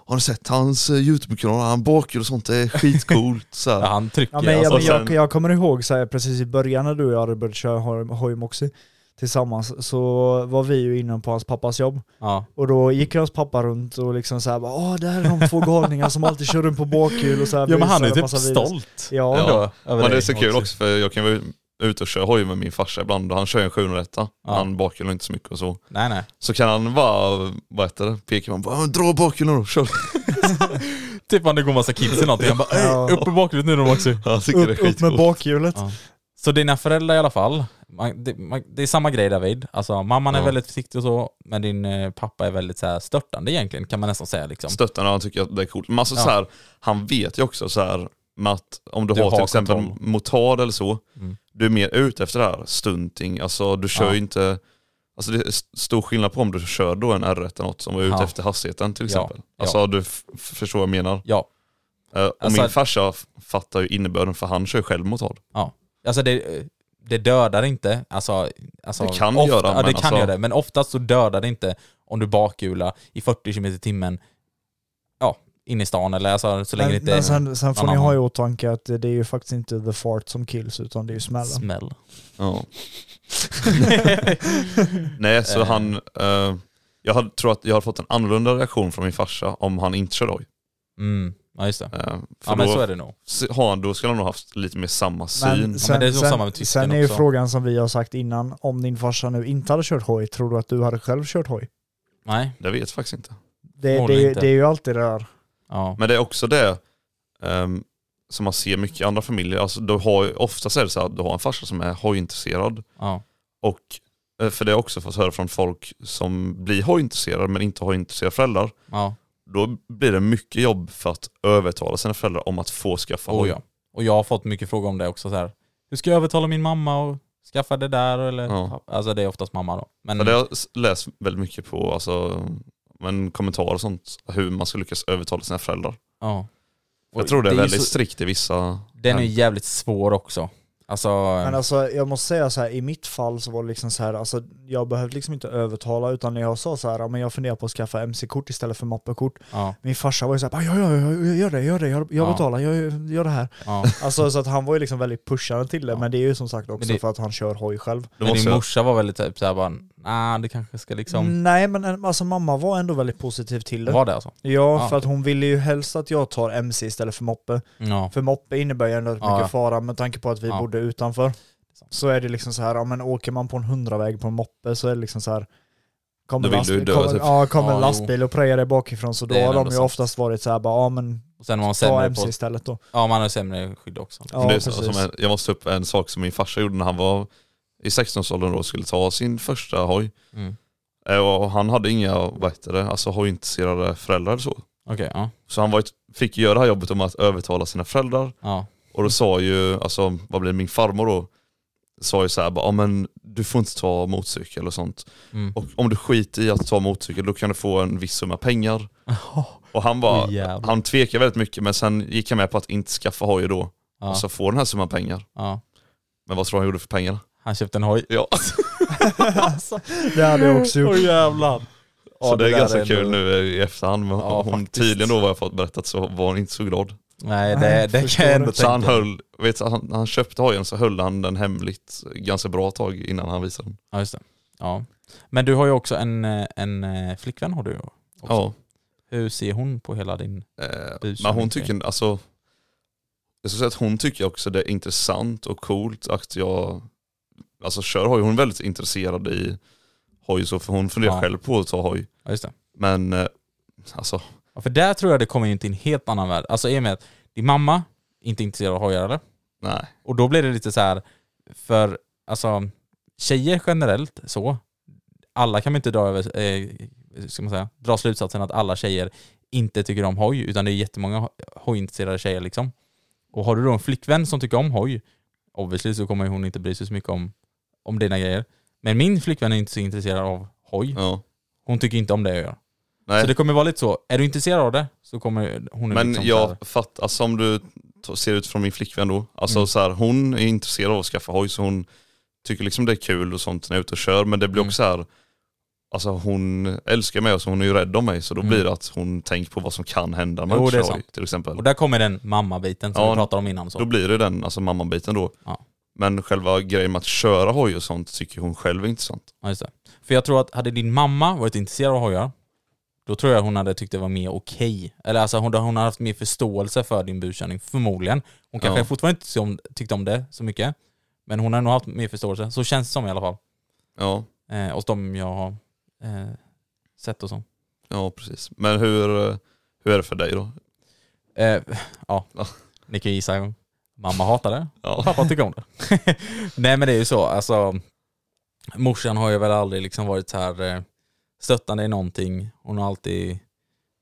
Speaker 1: har du sett hans eh, YouTube-kanal? Han bakar och sånt, det är skitcoolt. Så här.
Speaker 3: (laughs) Ja, han trycker
Speaker 2: Ja, men jag,
Speaker 3: alltså.
Speaker 2: men jag,
Speaker 1: sen-
Speaker 2: jag kommer ihåg så här, precis i början när du och jag hade börjat köra hoj- hojmoxie tillsammans så var vi ju inne på hans pappas jobb
Speaker 3: Ja.
Speaker 2: och då gick hans pappa runt och liksom såhär bara åh där är de två galningar som alltid kör runt på bakhjul och så här
Speaker 3: ja men
Speaker 2: visar
Speaker 3: han är
Speaker 2: en
Speaker 3: typ
Speaker 2: massa videos."
Speaker 3: stolt.
Speaker 2: Ja,
Speaker 1: Ja.
Speaker 3: ändå över
Speaker 1: Men det är
Speaker 3: dig,
Speaker 1: så kul
Speaker 3: Moxie.
Speaker 1: också för jag kan ju Jag är ute och kör hoj med min farsa ibland och han kör en 701
Speaker 3: Ja.
Speaker 1: Han bakhjular inte så mycket och så.
Speaker 3: Nej nej.
Speaker 1: Så kan han bara, vad heter det, peka man bara "Ah, dra bakhjulen då, kör. (laughs)
Speaker 3: Typ om det går massa kids eller någonting. Han bara
Speaker 2: Ja.
Speaker 3: "Ey, upp i bakhuvudet nu de också.
Speaker 1: Han tycker det är
Speaker 2: Upp, upp med
Speaker 1: skitcoolt.
Speaker 2: bakhjulet.
Speaker 3: Ja. Så dina föräldrar i alla fall, man, det, man, det är samma grej David. Alltså mamman är
Speaker 1: Ja.
Speaker 3: väldigt försiktig och så, men din eh, pappa är väldigt så här, störtande egentligen kan man nästan säga liksom.
Speaker 1: Stöttar när han tycker att det är coolt. Men alltså
Speaker 3: Ja.
Speaker 1: så här, han vet ju också så här med att om du,
Speaker 3: Du
Speaker 1: har till
Speaker 3: har
Speaker 1: exempel
Speaker 3: kontroll.
Speaker 1: motard eller så,
Speaker 3: Mm.
Speaker 1: du är mer ute efter det här stunting. Alltså du kör
Speaker 3: Ja.
Speaker 1: ju inte, alltså det är st- stor skillnad på om du kör då en R1 eller något som var ute
Speaker 3: Ja.
Speaker 1: efter hastigheten till
Speaker 3: Ja.
Speaker 1: exempel.
Speaker 3: Ja.
Speaker 1: Alltså du f- förstår vad jag menar.
Speaker 3: Ja,
Speaker 1: Eh, och
Speaker 3: Alltså-
Speaker 1: min farsa f- fattar ju innebörden för han kör ju själv motard.
Speaker 3: alltså det, det dödar inte. Alltså, alltså,
Speaker 1: Det kan
Speaker 3: ofta,
Speaker 1: göra,
Speaker 3: ja, det
Speaker 1: men
Speaker 3: kan
Speaker 1: alltså-
Speaker 3: göra det. Men oftast så dödar det inte om du bakhjular i 40 km i timmen, ja, in i stan eller alltså, så länge det
Speaker 2: Men,
Speaker 3: inte är
Speaker 2: men sen, sen får
Speaker 3: någon
Speaker 2: ni ha i
Speaker 3: annan.
Speaker 2: åtanke att det det är ju faktiskt inte the fart som kills utan det är ju
Speaker 3: en
Speaker 2: smällen. (laughs)
Speaker 3: smäll.
Speaker 1: Ja. Nej, så
Speaker 3: Eh.
Speaker 1: han, eh, jag hade, tror att jag hade fått en annorlunda reaktion från min farsa om han inte körde hoj.
Speaker 3: Mm, ja just det.
Speaker 1: Eh, för
Speaker 3: Ja men
Speaker 1: då,
Speaker 3: så är det nog.
Speaker 1: s- har han, då skulle han nog haft lite mer samma syn.
Speaker 2: Men sen,
Speaker 3: det är nog samma
Speaker 2: sen,
Speaker 3: med tysken
Speaker 2: sen är ju
Speaker 3: också.
Speaker 2: frågan som vi har sagt innan, om din farsa nu inte hade kört hoj, tror du att du hade själv kört hoj?
Speaker 3: Nej,
Speaker 1: Det vet jag faktiskt inte.
Speaker 2: Det,
Speaker 3: Förmodligen
Speaker 2: det,
Speaker 3: inte.
Speaker 2: det är ju alltid det där.
Speaker 3: ja.
Speaker 1: Men det är också det ehm, som man ser mycket i andra familjer. Alltså, du har, ju- oftast är det så att du har en farsa som är hojintresserad.
Speaker 3: ja.
Speaker 1: Och, eh, för det har jag också fått höra från folk som blir hojintresserade men inte hojintresserade föräldrar.
Speaker 3: ja.
Speaker 1: Då blir det mycket jobb för att övertala sina föräldrar om att få skaffa
Speaker 3: Oh,
Speaker 1: hoj.
Speaker 3: ja. Och jag har fått mycket frågor om det också så här. Hur ska jag övertala min mamma och skaffa det där eller?
Speaker 1: Ja.
Speaker 3: Alltså det är oftast mamma då. Men
Speaker 1: Men det har jag s- läst väldigt mycket på alltså, men kommentarer och sånt, hur man ska lyckas övertala sina föräldrar.
Speaker 3: ja.
Speaker 1: jag tror det är,
Speaker 3: ju
Speaker 1: väldigt
Speaker 3: så-
Speaker 1: strikt i vissa...
Speaker 3: Den är
Speaker 1: men-
Speaker 3: jävligt svår också. Alltså,
Speaker 2: Men alltså jag måste säga så här, i mitt fall så var det liksom så här, alltså jag behövde liksom inte övertala utan när jag sa så här, ja, men jag funderar på att skaffa mc-kort istället för mappekort.
Speaker 3: ja,
Speaker 2: Min farsa var ju så här, ja, ja, ja, jag gör det, jag gör det, jag, jag
Speaker 3: Ja.
Speaker 2: betalar, jag gör det här.
Speaker 1: (laughs)
Speaker 3: ja.
Speaker 2: Alltså så att han var ju liksom väldigt pushande till det,
Speaker 3: Ja.
Speaker 2: men det är ju som sagt också
Speaker 3: Men det-
Speaker 2: för att han kör hoj själv.
Speaker 1: Då
Speaker 3: Men
Speaker 1: måste
Speaker 3: din
Speaker 1: jag,
Speaker 3: morsa var väldigt typ såhär bara, nej du kanske ska liksom,
Speaker 2: Nej men eh, alltså mamma var ändå väldigt positiv till det.
Speaker 3: var det alltså?
Speaker 2: Ja,
Speaker 3: Ja.
Speaker 2: för att hon ville ju helst att jag tar MC istället för moppe.
Speaker 3: Ja.
Speaker 2: För moppe innebär ju ändå rätt
Speaker 3: Ja,
Speaker 2: mycket
Speaker 3: ja.
Speaker 2: fara med tanke på att vi
Speaker 3: Ja.
Speaker 2: bodde utanför.
Speaker 3: sant.
Speaker 2: Så är det liksom så här, ja, men åker man på en hundraväg på en moppe så är det liksom så här Kommer
Speaker 1: Då vill du dö,
Speaker 2: kommer,
Speaker 1: typ.
Speaker 2: ja, kommer
Speaker 3: Ja,
Speaker 2: en
Speaker 3: jo.
Speaker 2: lastbil och prejar dig bakifrån så då
Speaker 3: Det är
Speaker 2: har de
Speaker 3: ändå
Speaker 2: ju
Speaker 3: sant.
Speaker 2: oftast varit så här bara, ja men
Speaker 3: Och sen var hon
Speaker 2: ta
Speaker 3: sämre
Speaker 2: MC
Speaker 3: på,
Speaker 2: istället då.
Speaker 3: ja man har sämre skydd också.
Speaker 2: Ja,
Speaker 1: det är,
Speaker 2: precis.
Speaker 1: som en, jag måste ta upp en sak som min farsa gjorde när han var i 16-årsåldern då och skulle ta sin första hoj.
Speaker 3: Mm.
Speaker 1: Eh, Och han hade inga, vad heter det, alltså hojintresserade föräldrar eller så.
Speaker 3: Okej, ja.
Speaker 1: Så han var, ju- fick göra det här jobbet om att övertala sina föräldrar
Speaker 3: ja.
Speaker 1: Och då sa ju, alltså vad blir det, min farmor då, sa ju så här, bara, "Ja, men du får inte ta motorcykel och sånt.
Speaker 3: Mm.
Speaker 1: Och om du skiter i att ta motorcykel då kan du få en viss summa pengar. Och han bara,
Speaker 3: Åh, jävlar.
Speaker 1: han tvekade väldigt mycket men sen gick han med på att inte skaffa hoj då.
Speaker 3: Ja.
Speaker 1: Och så får den här summan pengar.
Speaker 3: ja.
Speaker 1: Men vad tror du han gjorde för pengarna?
Speaker 3: Han köpte
Speaker 2: (laughs)
Speaker 3: en hoj.
Speaker 1: (laughs) Ja.
Speaker 2: Det hade jag också gjort.
Speaker 3: jävlar.
Speaker 1: så det är
Speaker 3: där
Speaker 1: ganska
Speaker 3: ändå-
Speaker 1: kul nu i efterhand. Men
Speaker 3: Ja,
Speaker 1: hon,
Speaker 3: faktiskt.
Speaker 1: tydligen då vad jag fått berättat så var hon inte så glad.
Speaker 3: Nej det,
Speaker 2: Nej,
Speaker 3: det
Speaker 2: förstår
Speaker 3: kan jag
Speaker 2: det.
Speaker 3: ändå
Speaker 1: Så han
Speaker 3: tänka.
Speaker 1: höll, vet, du, han, han köpte hojen så höll han den hemligt ganska bra tag innan han visade den.
Speaker 3: Ja, just det. Ja. Men du har ju också en, eh, en eh, flickvän har du ju. också.
Speaker 1: Ja.
Speaker 3: Hur ser hon på hela din...
Speaker 1: Eh,
Speaker 3: Busar
Speaker 1: men hon
Speaker 3: inte.
Speaker 1: tycker, alltså, jag skulle säga att hon tycker också det är intressant och coolt att jag alltså, kör hoj. Hon är väldigt intresserad i hoj och så, för hon funderar
Speaker 3: Ja.
Speaker 1: själv på att ta hoj.
Speaker 3: Ja, just det.
Speaker 1: Men eh, alltså,
Speaker 3: Ja, för där tror jag det kommer in till en helt annan värld. Alltså i och med att din mamma inte är intresserad av hojar eller?
Speaker 1: nej.
Speaker 3: Och då blir det lite så här för alltså tjejer generellt så, alla kan man inte dra över, eh, ska man säga, dra slutsatsen att alla tjejer inte tycker om hoj, utan det är jättemånga ho- hojintresserade tjejer liksom. Och har du då en flickvän som tycker om hoj, obviously så kommer hon inte bry sig så mycket om, om dina grejer. Men min flickvän är inte så intresserad av hoj.
Speaker 1: Ja.
Speaker 3: Hon tycker inte om det jag gör.
Speaker 1: nej.
Speaker 3: Så det kommer vara lite så, är du intresserad av det så kommer hon
Speaker 1: men
Speaker 3: liksom så här-
Speaker 1: jag fattar, alltså, om du t- ser ut från min flickvän då, alltså
Speaker 3: Mm.
Speaker 1: så här, hon är intresserad av att skaffa hoj så hon tycker liksom det är kul och sånt när jag är ute och kör. Men det blir
Speaker 3: Mm.
Speaker 1: också så här, alltså hon älskar mig och så hon är ju rädd om mig så då
Speaker 3: Mm.
Speaker 1: blir det att hon tänker på vad som kan hända med
Speaker 3: Jo,
Speaker 1: att
Speaker 3: det är
Speaker 1: köra hoj
Speaker 3: sant.
Speaker 1: till exempel.
Speaker 3: Och där kommer den mamma-biten som
Speaker 1: Ja,
Speaker 3: vi pratade om innan. Så.
Speaker 1: Då blir det den alltså mammabiten då.
Speaker 3: Ja.
Speaker 1: Men själva grejen med att köra hoj och sånt tycker hon själv är intressant.
Speaker 3: Ja, just det. För jag tror att hade din mamma varit intresserad av hojar, då tror jag hon hade tyckt det var mer okej. Eller alltså hon, hon hade haft mer förståelse för din buskörning, förmodligen. Hon kanske
Speaker 1: Ja.
Speaker 3: fortfarande inte tyckte om, tyckte om det så mycket. Men hon har nog haft mer förståelse. Så känns det som i alla fall.
Speaker 1: Ja,
Speaker 3: Eh, hos de jag har eh, sett och så.
Speaker 1: ja precis. Men hur, eh, hur är det för dig då?
Speaker 3: Eh, ja,
Speaker 1: Ja.
Speaker 3: ni kan ju gissa. Mamma hatar det.
Speaker 1: Ja.
Speaker 3: Pappa tycker om det. (laughs) Nej men det är ju så, alltså morsan har ju väl aldrig liksom varit så här eh, stöttande i någonting. Hon har alltid,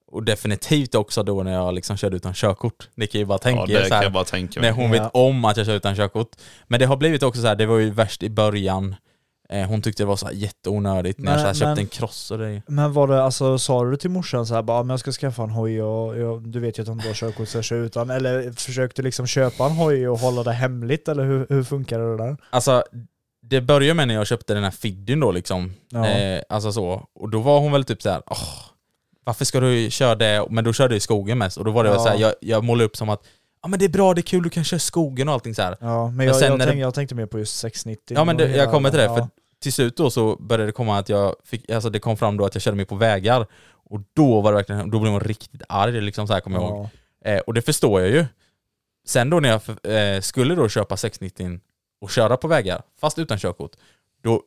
Speaker 3: och definitivt också då när jag liksom körde utan körkort. Ni kan ju bara tänka
Speaker 1: Ja,
Speaker 3: er
Speaker 1: det
Speaker 3: så
Speaker 1: kan jag
Speaker 3: här,
Speaker 1: bara tänka
Speaker 3: när
Speaker 1: mig.
Speaker 3: hon
Speaker 2: Ja.
Speaker 3: vet om att jag kör utan körkort. Men det har blivit också så här, det var ju värst i början. Eh, hon tyckte det var så här jätteonödigt när jag så här
Speaker 2: Men-
Speaker 3: köpte
Speaker 2: men-
Speaker 3: en cross och det.
Speaker 2: Men var det, alltså sa du till morsan så här bara, "Ah, men jag ska skaffa en hoj och, och du vet ju att de drar körkort så jag kör utan, eller försökte liksom köpa en hoj och hålla det hemligt eller hur, hur funkar det där?
Speaker 3: Alltså, det började med när jag köpte den här fiddyn då liksom.
Speaker 2: Ja.
Speaker 3: Eh, alltså så. Och då var hon väl typ så här, "Åh, varför ska du köra det? Men då körde jag i skogen mest. Och då var det väl
Speaker 2: Ja.
Speaker 3: så här, jag, jag målade upp som att ja men det är bra, det är kul, du kan köra i skogen och allting så här.
Speaker 2: Ja, men jag,
Speaker 3: sen
Speaker 2: jag,
Speaker 3: när
Speaker 2: tänk,
Speaker 3: det-
Speaker 2: jag tänkte mer på just 690.
Speaker 3: Ja men det,
Speaker 2: och
Speaker 3: jag kommer till det,
Speaker 2: hela-
Speaker 3: för till slut då så började det komma att jag fick, alltså det kom fram då att jag körde mig på vägar. Och då var det verkligen, då blev hon riktigt arg liksom så här kommer jag ihåg.
Speaker 2: ja.
Speaker 3: Eh, och det förstår jag ju. Sen då när jag f- eh, skulle då köpa 690 och köra på vägar, fast utan körkort, då,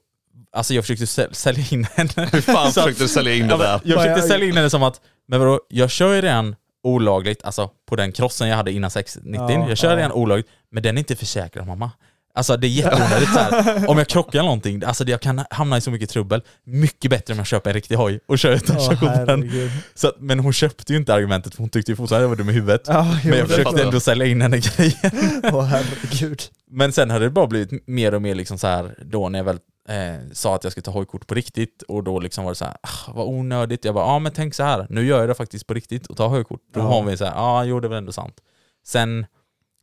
Speaker 3: alltså jag försökte säl- sälja in henne.
Speaker 1: Hur fan
Speaker 3: (laughs) Så att-
Speaker 1: försökte du sälja in
Speaker 3: Ja,
Speaker 1: det
Speaker 3: men
Speaker 1: där?
Speaker 3: Jag
Speaker 2: Ja,
Speaker 3: försökte
Speaker 2: jag-
Speaker 3: sälja in henne som att, men vadå, jag kör ju redan olagligt, alltså på den krossen jag hade innan 690,
Speaker 2: Ja,
Speaker 3: jag kör
Speaker 2: ja.
Speaker 3: redan olagligt, men den är inte försäkrad mamma. Alltså det är jätteonödigt
Speaker 2: (laughs)
Speaker 3: så här. om jag krockar någonting, alltså det- jag kan hamna i så mycket trubbel. Mycket bättre om jag köper en riktig hoj och kör utan
Speaker 2: Åh,
Speaker 3: körkort på den.
Speaker 2: herregud.
Speaker 3: Så att, men hon köpte ju inte argumentet, för hon tyckte ju fortfarande jag var dum i huvudet.
Speaker 2: Ja, jo,
Speaker 3: Men jag
Speaker 1: det
Speaker 3: försökte
Speaker 1: fattar jag.
Speaker 3: ändå sälja in henne grejen.
Speaker 2: Åh herregud.
Speaker 3: Men sen hade det bara blivit mer och mer liksom så här då när jag väl eh, sa att jag skulle ta hojkort på riktigt och då liksom var det så här, ah, vad onödigt. Jag bara, ja ah, men tänk så här, nu gör jag det faktiskt på riktigt och tar hojkort. Då
Speaker 2: Ja.
Speaker 3: har vi så här, ja ah, jo det var ändå sant. Sen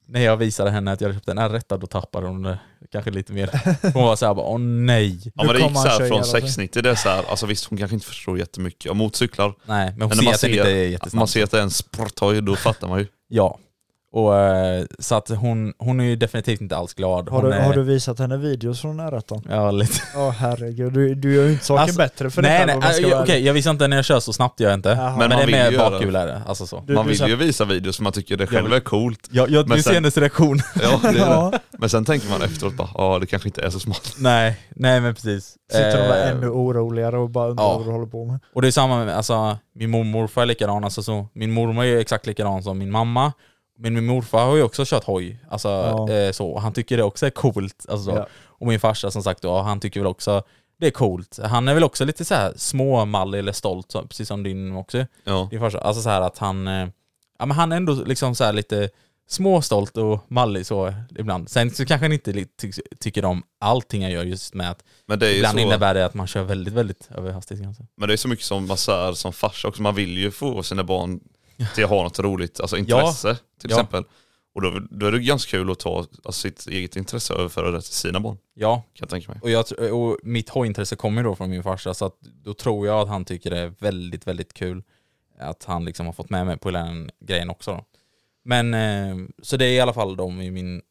Speaker 3: när jag visade henne att jag hade köpt en r då tappade hon det kanske lite mer. Hon var så här, bara, åh nej.
Speaker 1: Ja men det
Speaker 2: Nu
Speaker 1: gick
Speaker 2: kommer
Speaker 1: så
Speaker 2: han
Speaker 1: här
Speaker 2: köra
Speaker 1: från
Speaker 2: alltså.
Speaker 1: 690, det är så här, alltså visst hon kanske inte förstår jättemycket om motorcyklar.
Speaker 3: Nej, men hon
Speaker 1: Men
Speaker 3: ser
Speaker 1: när man
Speaker 3: att det inte är
Speaker 1: ser,
Speaker 3: jättesnabbt.
Speaker 1: man ser att det är en sporthoj, då fattar man ju.
Speaker 3: Ja. Och, eh, så att hon, hon är ju definitivt inte alls glad.
Speaker 2: Har
Speaker 3: hon
Speaker 2: du,
Speaker 3: är,
Speaker 2: har du visat henne videos från r
Speaker 3: Ja, lite.
Speaker 2: Åh herregud, du, du gör ju inte saken
Speaker 3: Alltså,
Speaker 2: bättre för dig
Speaker 3: nej,
Speaker 2: själv
Speaker 3: nej,
Speaker 2: om man ska
Speaker 3: äh,
Speaker 2: vara
Speaker 3: okej,
Speaker 2: ärlig.
Speaker 3: jag visar inte när jag kör så snabbt, gör jag inte.
Speaker 2: Jaha.
Speaker 3: Men,
Speaker 1: man
Speaker 3: det är
Speaker 1: vill ju
Speaker 3: mer
Speaker 1: göra
Speaker 3: bakhjul är det, alltså så.
Speaker 2: Du-
Speaker 1: Man
Speaker 2: du
Speaker 1: vill
Speaker 2: sa-
Speaker 1: ju visa videos för man tycker det själv
Speaker 3: vill-
Speaker 1: är
Speaker 3: (laughs)
Speaker 1: coolt.
Speaker 3: Jag, jag
Speaker 1: Men
Speaker 3: vill se
Speaker 1: sen-
Speaker 2: (laughs)
Speaker 3: hennes reaktion.
Speaker 1: Ja, det är det.
Speaker 2: Ja,
Speaker 1: Men sen tänker man efteråt bara, ja det kanske inte är så smart.
Speaker 3: (laughs) nej, nej men precis.
Speaker 2: sitter de där
Speaker 3: Eh,
Speaker 2: ännu oroligare och bara undrar
Speaker 3: ja.
Speaker 2: vad du håller på med.
Speaker 3: Och det är samma med, alltså min mormor och morfar är likadan, alltså så. Min mormor är ju exakt likadan som min mamma. Men min morfar har ju också kört hoj, alltså
Speaker 2: Ja.
Speaker 3: eh, så. Och Han tycker det också är coolt, alltså så.
Speaker 2: Ja.
Speaker 3: Och min farsa som sagt då, han tycker väl också det är coolt. Han är väl också lite så här småmallig eller stolt, så- precis som din också.
Speaker 1: Ja.
Speaker 3: Din farsa. Alltså så här att han, eh, ja men han är ändå liksom så här lite småstolt och mallig så ibland. Sen så kanske han inte li- ty tycker om allting jag gör just med att
Speaker 1: Men det är ju
Speaker 3: ibland
Speaker 1: så,
Speaker 3: innebär det att man kör väldigt, väldigt över hastighetsgränsen.
Speaker 1: men det är så mycket som man säger som farsa också, man vill ju få sina barn till att ha något roligt, alltså intresse till
Speaker 3: Ja.
Speaker 1: exempel. Och då, då är det ganska kul att ta alltså, sitt eget intresse och överföra det till sina barn,
Speaker 3: Ja,
Speaker 1: kan jag tänka mig.
Speaker 3: och, jag, tr- och mitt hojintresse kommer ju då från min farsa så att då tror jag att han tycker det är väldigt, väldigt kul att han liksom har fått med mig på den grejen också då. Men eh, så det är i alla fall de i min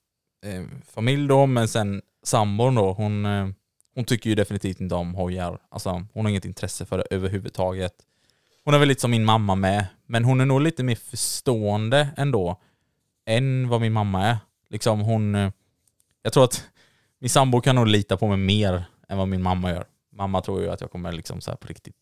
Speaker 3: eh, familj då, men sen sambon då, hon, eh, hon tycker ju definitivt inte om hojar. Alltså hon har inget intresse för det överhuvudtaget. Hon är väl lite som min mamma med, men hon är nog lite mer förstående ändå än vad min mamma är. Liksom hon, eh, jag tror att min sambo kan nog lita på mig mer än vad min mamma gör. Mamma tror ju att jag kommer liksom så här på riktigt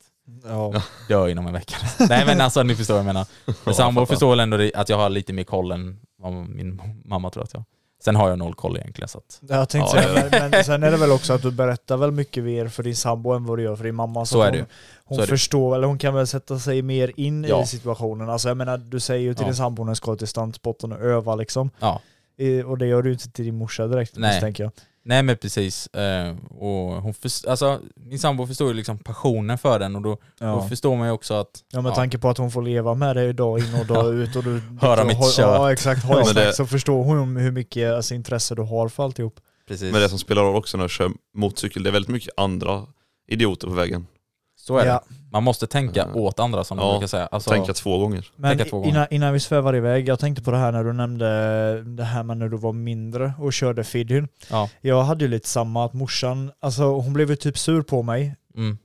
Speaker 2: Ja.
Speaker 3: dö inom en vecka. Nej men alltså ni förstår vad jag menar. Men sambo
Speaker 1: fattar.
Speaker 3: förstår väl ändå det- att jag har lite mer koll än vad min mamma tror att jag har. Sen har jag noll koll egentligen så att
Speaker 2: Jag tänkte
Speaker 1: Ja,
Speaker 2: säga, men, men sen är det väl också att du berättar väl mycket mer för din sambo än vad du gör för din mamma.
Speaker 3: så är det ju.
Speaker 2: hon, hon
Speaker 3: Så är det.
Speaker 2: förstår, eller hon kan väl sätta sig mer in
Speaker 3: Ja.
Speaker 2: i situationen. Alltså jag menar, du säger ju till
Speaker 3: Ja.
Speaker 2: din sambo när du ska till stuntspotten och öva liksom.
Speaker 3: Ja.
Speaker 2: Eh, Och det gör du ju inte till din morsa direkt
Speaker 3: Nej.
Speaker 2: misstänker jag.
Speaker 3: Nej men precis. Eh, Och hon för, alltså, min sambo förstår ju liksom passionen för den och då, då
Speaker 2: Ja.
Speaker 3: förstår man ju också att
Speaker 2: Ja med
Speaker 3: ja.
Speaker 2: tanke på att hon får leva med dig dag in och dag ut och du...
Speaker 3: (laughs) Höra mitt
Speaker 2: hoj-
Speaker 3: tjat.
Speaker 2: Ja exakt, har
Speaker 1: Men det-
Speaker 2: så förstår hon hur mycket alltså, intresse du har för alltihop.
Speaker 3: Precis.
Speaker 1: Men det som spelar roll också när jag kör motorcykel, det är väldigt mycket andra idioter på vägen.
Speaker 3: Så är
Speaker 2: Ja.
Speaker 3: det. Man måste tänka
Speaker 1: Eh,
Speaker 3: åt andra som de
Speaker 1: ja,
Speaker 3: brukar säga. Alltså,
Speaker 1: Tänka två gånger.
Speaker 2: Men
Speaker 3: Tänka två gånger.
Speaker 2: innan, innan vi svävar iväg, jag tänkte på det här när du nämnde det här med när du var mindre och körde fiddyn.
Speaker 3: Ja.
Speaker 2: Jag hade ju lite samma, att morsan, alltså hon blev ju typ sur på mig
Speaker 3: mm,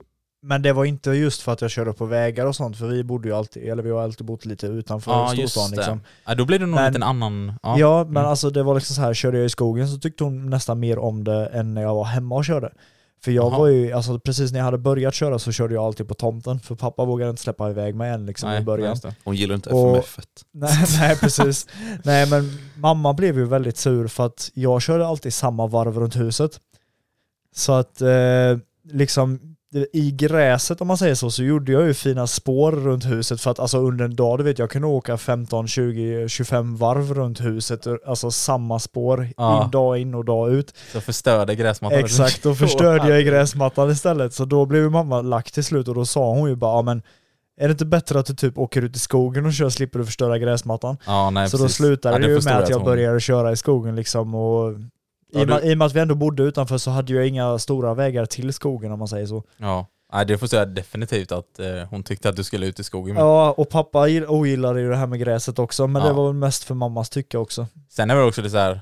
Speaker 2: Men det var inte just för att jag körde på vägar och sånt, för vi bodde ju alltid, eller vi har alltid bott lite utanför
Speaker 3: Ja, just
Speaker 2: storstan
Speaker 3: det.
Speaker 2: liksom.
Speaker 3: Ja, då blir det nog
Speaker 2: Men-
Speaker 3: en liten annan...
Speaker 2: Ja,
Speaker 3: Ja.
Speaker 2: men
Speaker 3: Mm.
Speaker 2: alltså det var liksom så här, körde jag i skogen så tyckte hon nästan mer om det än när jag var hemma och körde. För jag
Speaker 3: Jaha.
Speaker 2: var ju, alltså precis när jag hade börjat köra så körde jag alltid på tomten, för pappa vågade inte släppa iväg mig än liksom i början.
Speaker 3: just det.
Speaker 1: Hon gillar inte
Speaker 2: Och-
Speaker 1: FMF. -et.
Speaker 2: Nej, nej precis. Nej men mamma blev ju väldigt sur för att jag körde alltid samma varv runt huset. Så att eh, liksom i gräset om man säger så, så gjorde jag ju fina spår runt huset för att alltså under en dag, du vet jag kunde åka 15, 20, 25 varv runt huset, alltså samma spår,
Speaker 3: Ja.
Speaker 2: in, dag in och dag ut.
Speaker 3: Så förstörde gräsmattan. (laughs)
Speaker 2: Exakt, då förstörde jag i gräsmattan istället. Så då blev ju mamma lack till slut och då sa hon ju bara, "Ja, men är det inte bättre att du typ åker ut i skogen och kör slipper du förstöra gräsmattan?
Speaker 3: Ja, nej,
Speaker 2: så
Speaker 3: precis.
Speaker 2: då slutade
Speaker 3: Ja,
Speaker 2: det ju
Speaker 3: förstår
Speaker 2: med att jag
Speaker 3: hon-
Speaker 2: började köra i skogen liksom och i,
Speaker 1: Ja,
Speaker 2: och med,
Speaker 1: du-
Speaker 2: I och med att vi ändå bodde utanför så hade jag inga stora vägar till skogen om man säger så.
Speaker 3: Ja. Nej, det förstår jag definitivt att eh, hon tyckte att du skulle ut i skogen. med.
Speaker 2: Ja, och pappa gill- ogillade ju det här med gräset också, men
Speaker 3: Mm. Ja.
Speaker 2: det var väl mest för mammas tycke
Speaker 3: (laughs)
Speaker 2: också.
Speaker 3: Sen är det också det så här.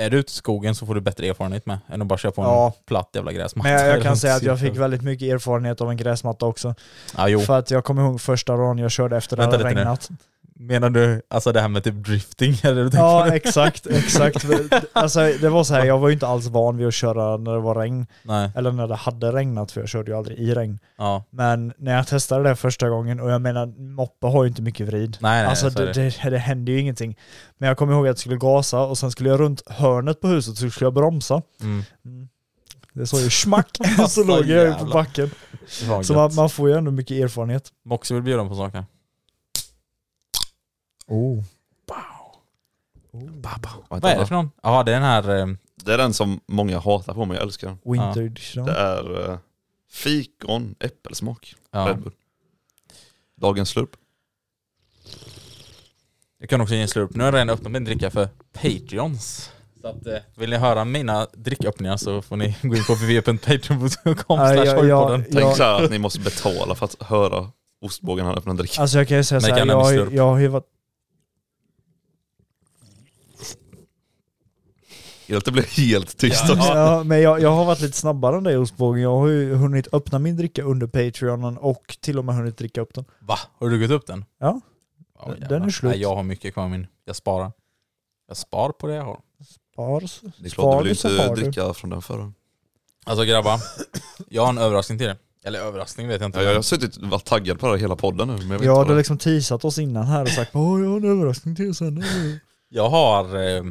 Speaker 3: Är du ute i skogen så får du bättre erfarenhet med än att bara köra på en
Speaker 2: Ja.
Speaker 3: platt jävla gräsmatta.
Speaker 2: Men jag, jag
Speaker 3: eller
Speaker 2: kan
Speaker 3: något
Speaker 2: säga att jag
Speaker 3: sånt.
Speaker 2: fick väldigt mycket erfarenhet av en gräsmatta också.
Speaker 3: Ja, jo.
Speaker 2: För att jag kommer ihåg första dagen jag körde efter det
Speaker 3: Vänta
Speaker 2: hade
Speaker 3: lite nu.
Speaker 2: regnat.
Speaker 3: Menar du alltså det här med typ drifting? (laughs) Eller du (laughs) tänker
Speaker 2: Ja,
Speaker 3: du?
Speaker 2: exakt,
Speaker 3: (laughs)
Speaker 2: exakt. Alltså det var så här, jag var ju inte alls van vid att köra när det var regn,
Speaker 3: Nej.
Speaker 2: eller när det hade regnat, för jag körde ju aldrig i regn.
Speaker 3: Ja.
Speaker 2: Men när jag testade det första gången, och jag menar, moppe har ju inte mycket vrid.
Speaker 3: Nej, nej,
Speaker 2: alltså
Speaker 3: så är
Speaker 2: det, det, det hände ju ingenting. Men jag kommer ihåg att jag skulle gasa och sen skulle jag runt hörnet på huset så skulle jag bromsa.
Speaker 3: Mm.
Speaker 2: Det sa ju
Speaker 3: (laughs)
Speaker 2: smack, så
Speaker 3: Alltså,
Speaker 2: låg jag ju på
Speaker 3: jävlar.
Speaker 2: backen.
Speaker 3: Det var
Speaker 2: Så
Speaker 3: gött.
Speaker 2: man, man får ju ändå mycket erfarenhet.
Speaker 3: Moxie vill bjuda dem på saker.
Speaker 2: Oh.
Speaker 3: Vad är det för någon? Ja, det är den här... ehm,
Speaker 1: Det är den som många hatar på men jag älskar den.
Speaker 2: Winter
Speaker 3: Ja.
Speaker 2: edition.
Speaker 1: Det är eh, fikon äppelsmak.
Speaker 3: Ja.
Speaker 1: Red Bull. Dagens slurp.
Speaker 3: Jag kan också ge en slurp. Nu har jag redan öppnat min dricka för Patreons. Så att, eh, vill ni höra mina dricköppningar så får ni gå in på www.patreon.com
Speaker 2: Nej, jag-
Speaker 3: slash hojpodden.
Speaker 1: Tänk
Speaker 2: Ja.
Speaker 1: så här att ni måste betala för att höra ostbågen han öppnar en dricka.
Speaker 2: Alltså jag kan ju säga
Speaker 3: Men
Speaker 2: såhär,
Speaker 3: kan
Speaker 2: jag,
Speaker 3: den
Speaker 2: har
Speaker 3: i
Speaker 2: ju-
Speaker 3: slurp?
Speaker 2: jag har ju varit
Speaker 1: Helt, det blev helt tyst också.
Speaker 2: Ja, men jag, jag har varit lite snabbare än dig ostbågen. Jag har ju hunnit öppna min dricka under Patreonen och till och med hunnit dricka upp den.
Speaker 3: Va? Har du druckit upp den?
Speaker 2: Ja.
Speaker 3: Ja,
Speaker 2: Den- den
Speaker 3: jävlar.
Speaker 2: är slut.
Speaker 3: Nej, jag har mycket kvar i min. Jag sparar. Jag spar på det jag har.
Speaker 2: Ars.
Speaker 1: Det är klart, du vill
Speaker 2: Spar
Speaker 1: ju
Speaker 2: du så
Speaker 1: inte
Speaker 2: har du.
Speaker 1: dricka från den förra.
Speaker 3: Alltså grabbar, jag har en överraskning till er. Eller överraskning vet jag inte.
Speaker 1: Ja, jag har suttit och varit taggad på det här hela podden nu. Men jag vet inte
Speaker 2: Ja, du har
Speaker 1: vad det
Speaker 2: liksom teasat oss innan här och sagt Åh, jag har en överraskning till sen.
Speaker 3: Jag har... Eh,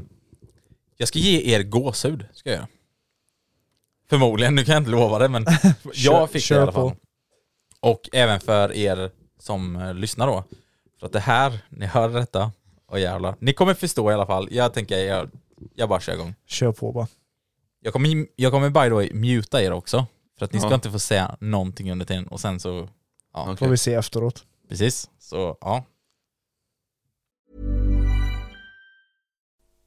Speaker 3: jag ska ge er gåshud, ska jag göra. Förmodligen, nu kan jag inte lova
Speaker 1: (laughs)
Speaker 3: det men jag fick det i
Speaker 2: kör
Speaker 3: alla fall.
Speaker 2: på.
Speaker 3: Och även för er som eh, lyssnar då. För att det här, ni hör detta, och jävlar. Ni kommer förstå i alla fall. Jag tänker, jag, jag bara kör igång.
Speaker 2: Kör på bara.
Speaker 3: Jag kommer, jag kommer by the way muta er också. För att ni ska
Speaker 1: Ja.
Speaker 3: inte få säga någonting under tiden och sen så, ja
Speaker 1: Okej.
Speaker 2: Får vi se efteråt. (laughs)
Speaker 3: precis. Så ja.